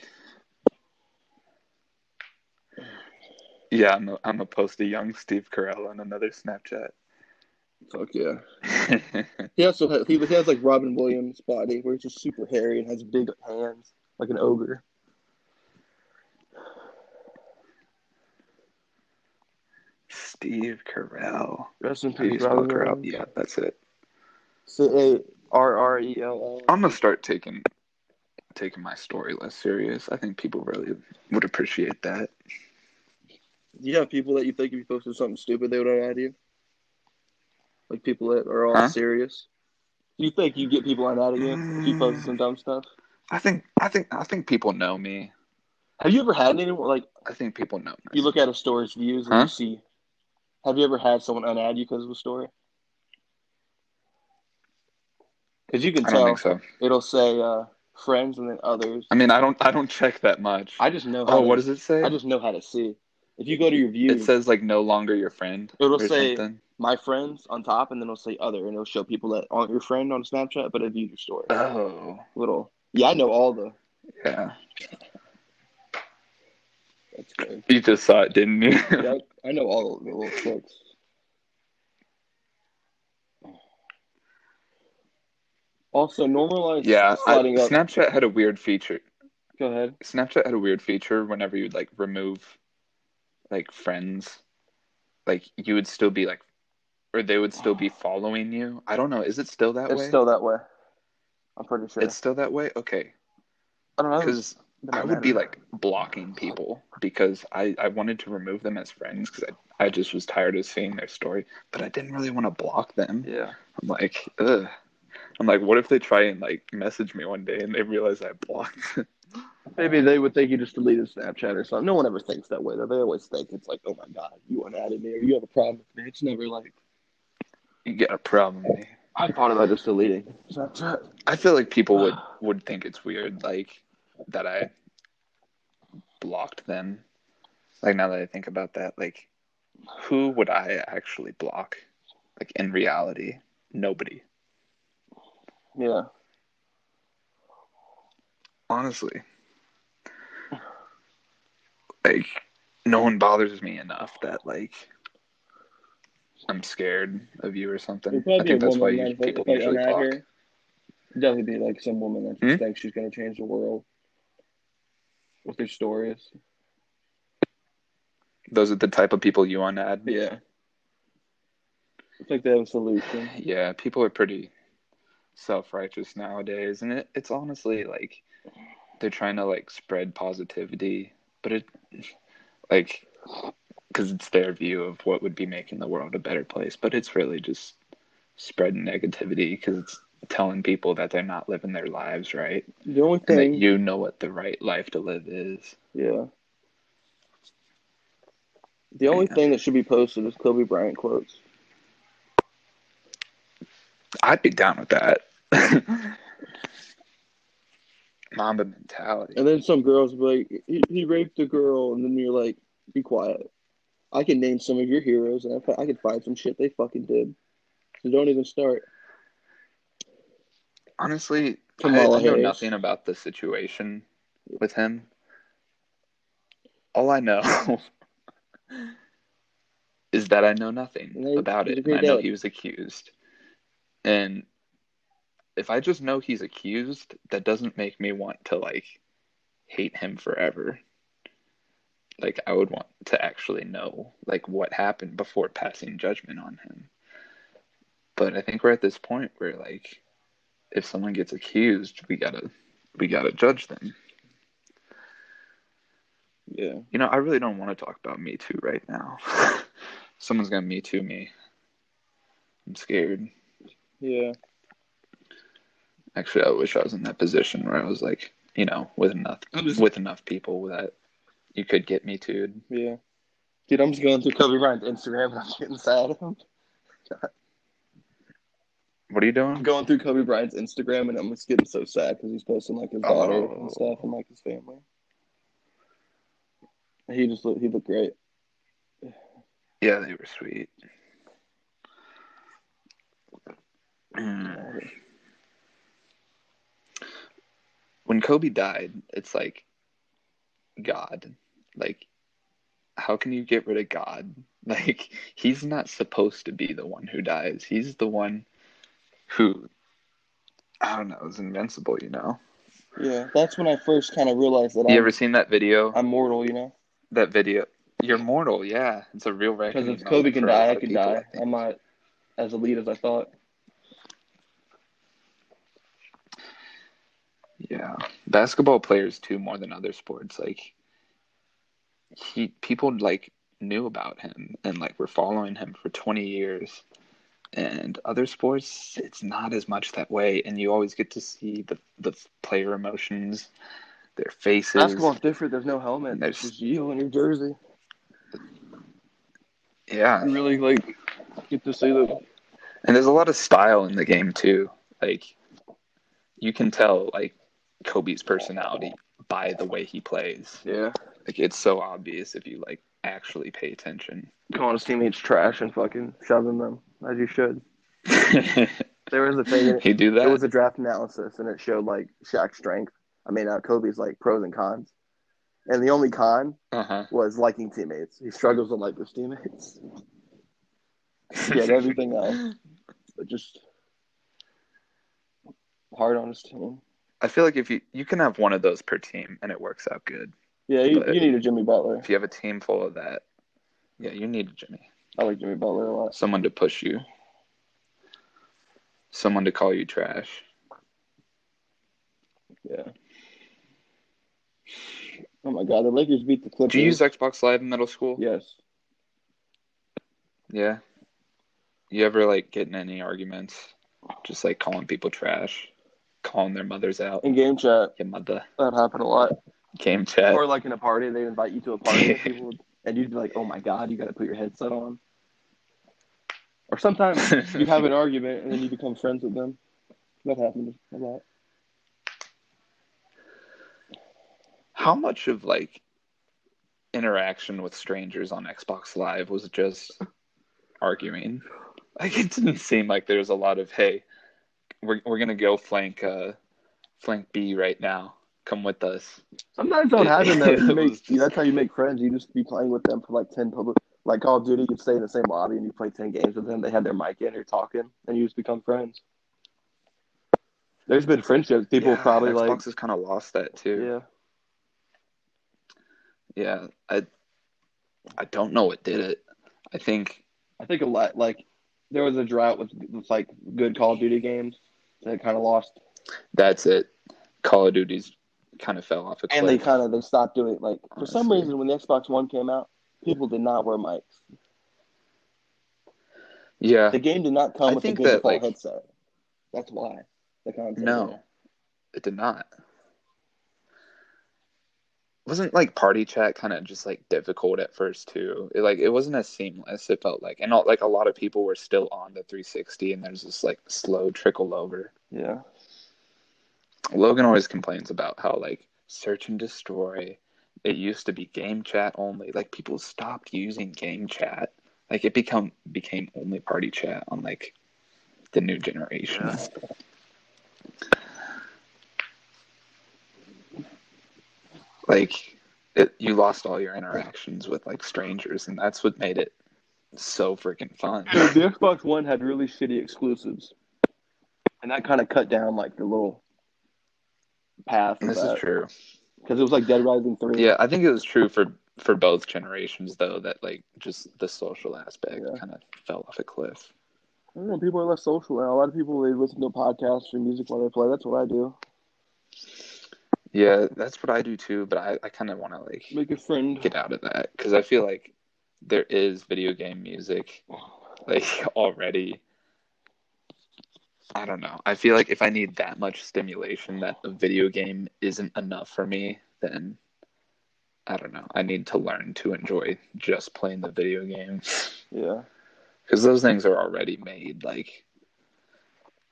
A: Yeah, I'm a, I'm a post a young Steve Carell on another Snapchat.
G: Fuck yeah. He also has, he, he has like Robin Williams body where he's just super hairy and has big hands like an ogre.
A: Steve Carell.
B: Rest in
A: How do you
B: peace,
A: spell
B: Robin.
A: Carell?
B: Williams.
A: Yeah, that's it.
G: C A
B: R R E L L.
A: I'm gonna start taking taking my story less serious. I think people really would appreciate that.
G: Do you have people that you think if you posted something stupid they would have at you? Like people that are all
A: Huh?
G: serious?
B: Do you think you get people on that again if you post
A: Mm.
B: some dumb stuff?
A: I think I think I think people know me.
B: Have you ever had anyone like
A: I think people know me.
B: you look at a story's views and
A: Huh?
B: you see? Have you ever had someone unadd you because of a story? Because you can
A: I don't
B: tell
A: think so.
B: it'll say uh, friends and then others.
A: I mean, I don't I don't check that much.
B: I just know. How
A: oh,
B: to,
A: what does it say?
B: I just know how to see. If you go to your
A: it
B: views,
A: says like no longer your friend.
B: It'll
A: or
B: say-
A: Something.
B: my friends on top, and then it'll say other, and it'll show people that aren't your friend on Snapchat, but have viewed your story.
G: Uh-huh.
A: Oh,
B: Little. Yeah, I know all the.
A: yeah.
G: That's good.
A: You just saw it, didn't you?
G: Yeah, I know all the little tricks.
B: Also, normalize.
A: yeah. I-
B: sliding up.
A: Snapchat had a weird feature.
B: Go ahead.
A: Snapchat had a weird feature whenever you'd like remove like friends, like you would still be like, or they would still be following you. I don't know. Is it still that
B: It's
A: way?
B: still that way. I'm pretty sure.
A: It's still that way. Okay,
B: I don't know.
A: because
B: Doesn't
A: I would
B: matter.
A: be like blocking people because I I wanted to remove them as friends because I I just was tired of seeing their story, but I didn't really want to block them.
B: Yeah.
A: I'm like, ugh. I'm like, what if they try and like message me one day and they realize I blocked them?
G: Maybe they would think you just deleted Snapchat or something. No one ever thinks that way though. They always think it's like, oh my god, you unadded me or you have a problem with me. It's never like
A: You got a problem with me.
B: I thought about just deleting Snapchat.
A: I feel like people would would think it's weird, like that I blocked them. Like now that I think about that, like who would I actually block? Like in reality, nobody.
B: Yeah.
A: Honestly, like no one bothers me enough that like I'm scared of you or something.
D: It'd
A: I
D: probably be a
A: think that's why
D: woman
A: you,
D: that,
A: people
D: if I
A: usually
D: enter out
A: block.
D: here, it'd definitely be like some woman that just
A: Hmm?
D: thinks she's gonna change the world with her stories.
A: Those are the type of people you want to add.
D: Yeah. It's like they have a solution.
A: Yeah, people are pretty self righteous nowadays, and it, it's honestly like they're trying to like spread positivity, but it like because it's their view of what would be making the world a better place, but it's really just spreading negativity because it's telling people that they're not living their lives right
D: The only
A: and
D: thing,
A: that you know what the right life to live is.
D: yeah. The only
A: Yeah.
D: thing that should be posted is Kobe Bryant quotes.
A: I'd be down with that. Mamba mentality.
D: And then some girls will be like, he, he raped a girl, and then you're like, be quiet. I can name some of your heroes, and I, fi- I can find some shit they fucking did. So don't even start.
A: Honestly, I, I
D: Kamala
A: know
D: Harris.
A: nothing about the situation with him. All I know is that I know nothing
D: And they-
A: about
D: he's
A: it.
D: a
A: And I
D: great
A: know
D: dad.
A: he was accused. And if I just know he's accused, that doesn't make me want to like hate him forever. Like I would want to actually know like what happened before passing judgment on him. But I think we're at this point where like if someone gets accused, we gotta we gotta judge them.
D: Yeah.
A: You know, I really don't want to talk about Me Too right now. Someone's gonna Me Too me. I'm scared.
D: Yeah.
A: Actually, I wish I was in that position where I was like, you know, with enough with enough people that you could get Me Too'd.
D: Yeah.
B: Dude, I'm just going through Kobe Bryant's Instagram and I'm getting sad.
A: What are you
D: I'm
A: doing?
D: going through Kobe Bryant's Instagram, and I'm just getting so sad because he's posting like his daughter
A: Oh.
D: and stuff and like his family. He just looked, he looked great.
A: Yeah, they were sweet. Mm. When Kobe died, it's like God. Like, how can you get rid of God? Like, he's not supposed to be the one who dies. He's the one who, I don't know, is invincible, you know?
D: Yeah, that's when I first kind of realized that
A: You
D: I'm,
A: ever seen that video?
D: I'm mortal, you know?
A: That video. You're mortal, yeah. It's a real record.
D: Because if Kobe can die, I can die. I'm not as elite as I thought.
A: Yeah, basketball players too, more than other sports. Like he, people like knew about him and like were following him for twenty years. And other sports, it's not as much that way, and you always get to see the the player emotions, their faces.
B: Basketball's different. There's no helmet.
A: There's-
B: It's just you in your jersey.
A: Yeah,
B: You really like get to see the
A: And there's a lot of style in the game too. Like you can tell like Kobe's personality by the way he plays.
B: yeah.
A: Like it's so obvious if you like actually pay attention.
B: Calling his teammates trash and fucking shoving them as you should. There was a thing. In it.
A: you do that?
B: It was a draft analysis, and it showed like Shaq's strength. I mean, uh, Kobe's like pros and cons, and the only con
A: uh-huh.
B: was liking teammates. He struggles to like his teammates.
D: Yeah, everything else. But just hard on his team.
A: I feel like if you you can have one of those per team and it works out good.
D: Yeah, you,
A: But-
D: you need a Jimmy Butler.
A: If you have a team full of that, yeah, you need a Jimmy.
D: I like Jimmy Butler a lot.
A: Someone to push you. Someone to call you trash.
D: Yeah. Oh my God, the Lakers beat the Clippers.
A: Do you use Xbox Live in middle school?
D: Yes.
A: Yeah. You ever like get in any arguments? Just like calling people trash, calling their mothers out,
D: In game chat,
A: your mother,
B: That happened a lot.
A: game chat.
B: Or like in a party, they invite you to a party, and, people would- and you'd be like, "Oh my god, you got to put your headset on."
H: Or sometimes
I: You have an argument and then you become friends with them. That happened a lot.
A: How much of like interaction with strangers on Xbox Live was just arguing? Like it didn't seem like there was a lot of hey, we're we're gonna go flank uh flank B right now. Come with us.
B: Sometimes don't happen though. You
A: It
B: make,
A: was
B: you- that's how you make friends. You just be playing with them for like ten public. Like Call of Duty, you stay in the same lobby and you play ten games with them. They had their mic in, you're talking, and you just become friends. There's been friendships. People
A: Yeah,
B: probably
A: Xbox
B: like,
A: has kind of lost that too.
B: yeah.
A: Yeah, I I don't know what did it. I think
H: I think a lot like there was a drought with, with like good Call of Duty games that kind of lost.
A: that's it. Call of Duty's kind of fell off a cliff.
B: And they kind of they stopped doing it. Like for some
A: Honestly.
B: reason, when the Xbox One came out, people did not wear mics.
A: yeah,
B: The game did not come
A: I
B: with a
A: think
B: good
A: that,
B: default
A: like-
B: headset. That's why.
I: The concept.
A: no, it did not. Wasn't like party chat kind of just like difficult at first too? It, like it wasn't as seamless. It felt like, and all, like a lot of people were still on the 360, and there's this like slow trickle over.
B: Yeah.
A: Logan always complains about how like search and destroy. It used to be game chat only. Like people stopped using game chat. Like it become became only party chat on like the new generation. Like it, you lost all your interactions with like strangers, and that's what made it so freaking fun.
H: So the Xbox One had really shitty exclusives, and that kind of cut down like the little path.
A: And this is true.
H: because it was like Dead Rising three.
A: Yeah, I think it was true for for both generations though that like just the social aspect
B: Yeah.
A: kind of fell off a cliff.
B: I don't know. People are less social now. A lot of people they listen to podcasts or music while they play. That's what I do.
A: Yeah, that's what I do too, but I, I kind of want to like
H: Make a friend.
A: get out of that because I feel like there is video game music like already. I don't know. I feel like if I need that much stimulation that a video game isn't enough for me, then I don't know. I need to learn to enjoy just playing the video game.
B: Yeah.
A: because those things are already made like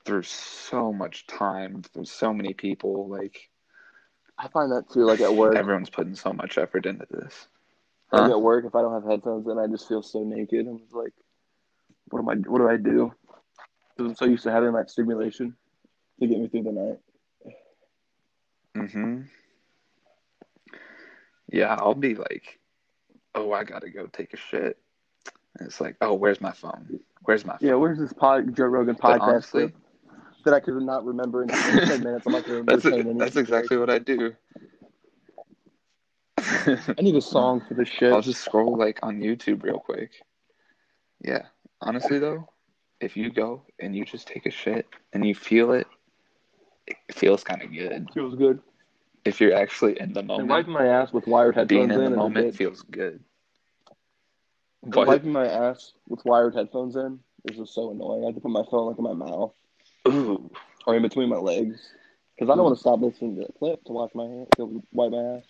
A: through so much time through so many people like
B: I find that too. Like at work,
A: everyone's putting so much effort into this
B: Like
A: Huh?
B: at work, if I don't have headphones, then I just feel so naked. I'm just like, what am I? What do I do? 'Cause I'm so used to having that stimulation to get me through the night.
A: hmm yeah i'll be like oh i gotta go take a shit and it's like oh where's my phone where's my phone
B: Yeah, where's this pod, Joe Rogan
A: but
B: podcast
A: honestly
B: that I could not remember in ten minutes? I'm not gonna remember
A: that's,
B: ten minutes.
A: that's exactly what i do
H: I need a song for this shit.
A: I'll just scroll like on YouTube real quick. Yeah. Honestly though, if you go and you just take a shit and you feel it, it feels kind of good.
H: Feels good.
A: If you're actually in the
H: And
A: moment,
H: wiping my ass with wired headphones
A: Oh,
H: in.
A: being in the
H: is a
A: moment
H: bit-
A: feels good.
B: But
A: But
B: wiping my ass with wired headphones in is just so annoying. I have to put my phone like in my mouth
A: ooh,
B: or in between my legs because I don't want to stop listening to the clip to watch my hand to wipe my ass.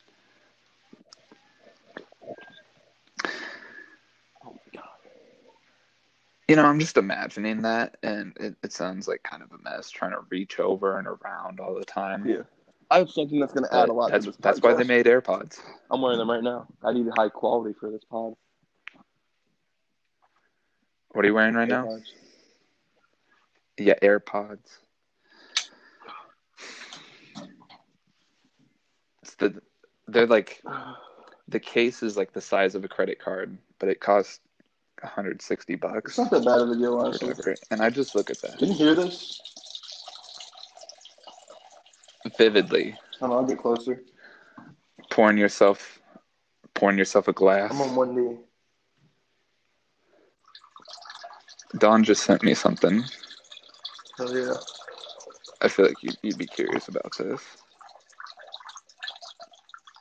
A: you know, I'm just imagining that, and it, it sounds like kind of a mess trying to reach over and around all the time.
B: Yeah, I have something that's gonna add a lot.
A: That's
B: to this
A: that's why they
B: podcast.
A: made AirPods.
B: I'm wearing them right now. I need high quality for this pod.
A: What are you wearing right now? Yeah, AirPods. It's the they're like the case is like the size of a credit card, but it costs 160
B: It's
A: bucks
B: not
A: or
B: that bad of a deal, honestly.
A: whatever. And I just look at that
B: Can you hear this?
A: vividly,
B: Hold on, I'll get closer.
A: pouring yourself pouring yourself a glass.
B: I'm on one knee.
A: Don just sent me something.
B: Hell Oh, yeah.
A: I feel like you'd, you'd be curious about this.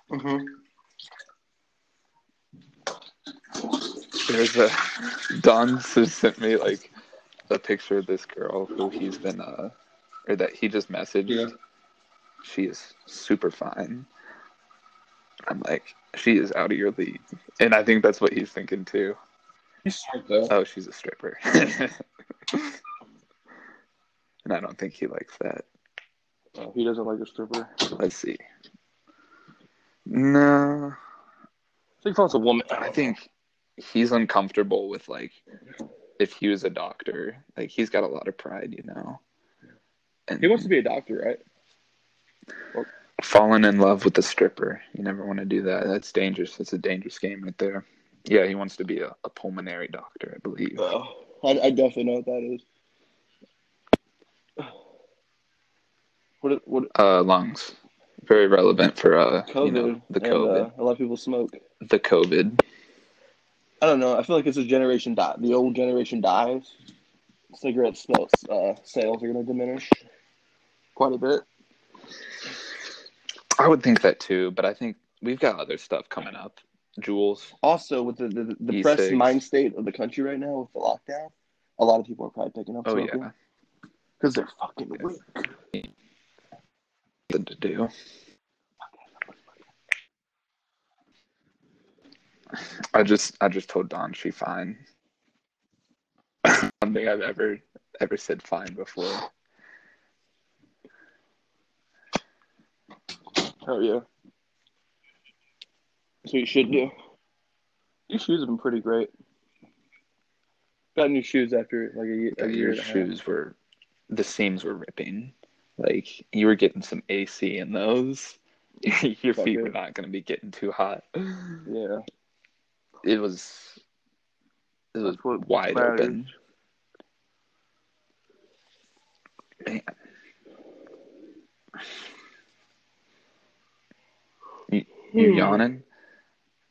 B: Mm-hmm.
A: There's a Don s- sent me like a picture of this girl who he's been uh or that he just messaged.
B: Yeah.
A: She is super fine. I'm like, she is out of your league, and I think that's what he's thinking too.
C: She's smart though.
A: Oh, she's a stripper. and I don't think he likes that.
C: Uh, he doesn't like a stripper. I
A: Let's see. No,
C: think Fon's a woman.
A: I think he's uncomfortable with like if he was a doctor. Like he's got a lot of pride, you know. And
D: He wants to be a doctor, right?
A: falling in love with a stripper. You never want to do that. That's dangerous. That's a dangerous game right there. Yeah, he wants to be a, a pulmonary doctor, I believe.
D: Oh, I, I definitely know what that is.
B: What what
A: Uh, lungs, very relevant for uh,
B: COVID
A: you know, the
B: and,
A: COVID,
B: uh, a lot of people smoke.
A: the COVID.
B: I don't know. I feel like it's a generation die. The old generation dies. Cigarette smells, uh, sales are going to diminish quite a bit.
A: I would think that too, but I think we've got other stuff coming up. Jules,
B: Also, with the the, the
A: E6.
B: depressed mind state of the country right now with the lockdown, a lot of people are probably picking up
A: oh
B: smoking
A: yeah,
B: because they're fucking weak.
A: something to do. I just I just told Don she fine. I don't think I've ever ever said fine before.
B: Oh yeah,
D: That's what you should do.
B: these shoes have been pretty great. Got new shoes after like a, ye- a
A: that
B: year.
A: your
B: and a half.
A: shoes were the seams were ripping. Like you were getting some AC in those. your
B: Fuck
A: feet
B: it.
A: were not going to be getting too hot.
B: Yeah,
A: It was it was
B: That's what
A: wide
B: matters.
A: open. Man. You, you
D: Hmm.
A: yawning?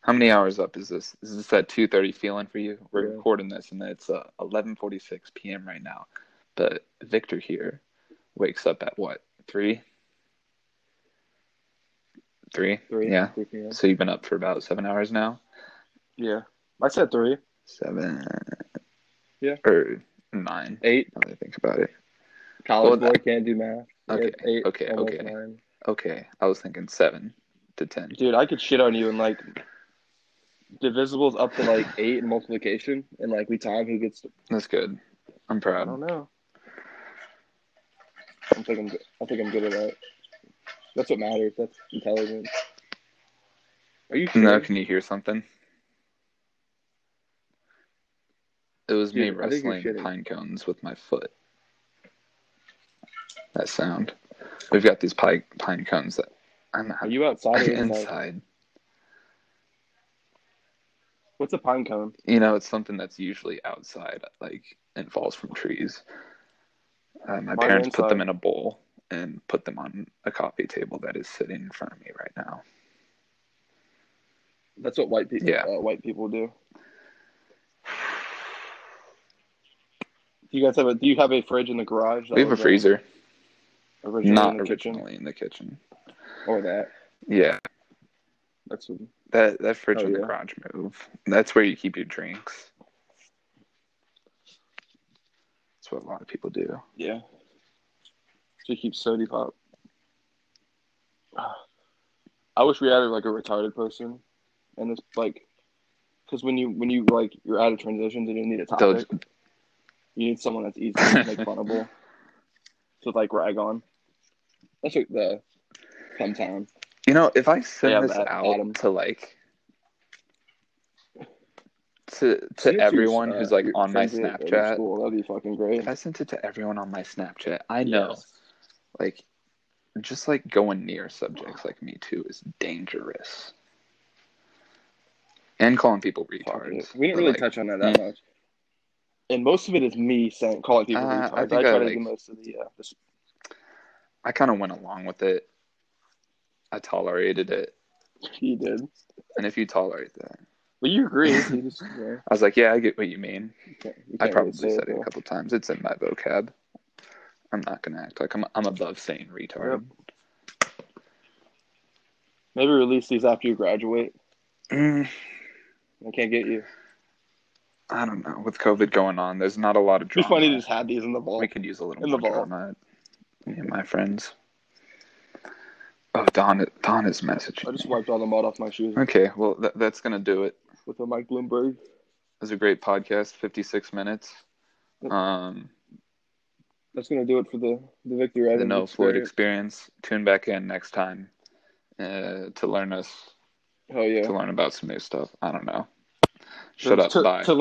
A: How many hours up is this? Is this that two thirty feeling for you? We're
B: Yeah.
A: recording this, and it's uh, eleven forty six p.m. right now. But Victor here wakes up at what three? Three.
B: three.
A: Yeah.
B: three p.m.
A: So you've been up for about seven hours now.
B: Yeah, I said three.
A: Seven.
B: Yeah.
A: Or nine.
B: Eight.
A: Now that I think about it.
B: College
A: Well,
B: boy can't do math. Yeah,
A: Okay,
B: eight,
A: okay,
B: almost
A: okay.
B: nine.
A: Okay, I was thinking seven to ten.
B: Dude, I could shit on you and like divisibles up to like eight in multiplication, and like we time who gets.
A: That's good. I'm
B: I
A: proud.
B: don't know. I think I'm. I think I'm good at that. That's what matters. That's intelligence. Are you sure?
A: Now, can you hear something? It was me
B: Dude, I think you're
A: wrestling
B: shitting.
A: pine cones with my foot. That sound. We've got these pine pine cones that I'm
B: Are
A: out
B: you outside or inside?
A: inside.
B: What's a pine cone?
A: You know, it's something that's usually outside, like and falls from trees. Uh, my
B: Mine are
A: parents put them
B: inside.
A: in a bowl and put them on a coffee table that is sitting in front of me right now.
B: That's what white people.
A: Yeah.
B: Uh, white people do. Do you guys have a? Do you have a fridge in the garage? that
A: we have a
B: was, like,
A: freezer,
B: originally in
A: not
B: the kitchen?
A: originally in the kitchen.
B: or that.
A: Yeah,
B: That's
A: that that fridge
B: Oh,
A: in the
B: yeah.
A: garage move. That's where you keep your drinks. That's what a lot of people do.
B: yeah. She keeps sody pop. I wish we had like a retarded person, and it's like, because when you when you like you're out of transitions and you need a
A: They'll-
B: topic, you need someone that's easy to make funnable, to like rag on.
D: That's what the hometown.
A: You know, if I send
B: Yeah,
A: this
B: that
A: out
B: bottom.
A: to like to to
B: Send it to your,
A: everyone
B: uh,
A: who's like
B: your
A: on my
B: friends at- at your
A: Snapchat,
B: school. That'd be fucking great.
A: if I sent it to everyone on my Snapchat, I know
B: Yes.
A: like just like going near subjects like Me Too is dangerous. And calling people
B: Fuck it.
A: retards.
B: We didn't
A: but,
B: really
A: like,
B: touch on that that
A: mm.
B: much. And most of it is me saying calling people
A: Uh, I
B: retards. I,
A: think
B: try
A: I,
B: to
A: like-
B: do most of the. Uh, the s-
A: I kind of went along with it. I tolerated it.
B: he did,
A: And if you tolerate that,
B: but you agree. You just, yeah,
A: I was like, yeah, I get what you mean.
B: you can't- you
A: I
B: can't really
A: probably
B: say
A: said it
B: though.
A: a couple times. It's in my vocab. I'm not going to act like I'm, I'm above saying retard.
B: Maybe release these after you graduate.
A: Mm,
B: I can't get you.
A: I don't know. With COVID going on, there's not a lot of
B: It'd be
A: drama.
B: funny to just have these in the vault.
A: we could use a little
B: in
A: more
B: the vault.
A: drama. Me and my friends. Oh, Don, Don is messaging.
B: I just
A: me.
B: wiped all the mud off my shoes
A: Okay, well, th- that's going to do it.
B: with a Mike Bloomberg.
A: was a great podcast, 56 minutes. Um,
B: That's gonna do it for the the Victor
A: the
B: Evans.
A: No Floyd
B: experience.
A: experience. Tune back in next time uh, to learn us
B: Oh yeah.
A: to learn about some new stuff. I don't know. Shut up.
J: To-
A: Bye.
J: to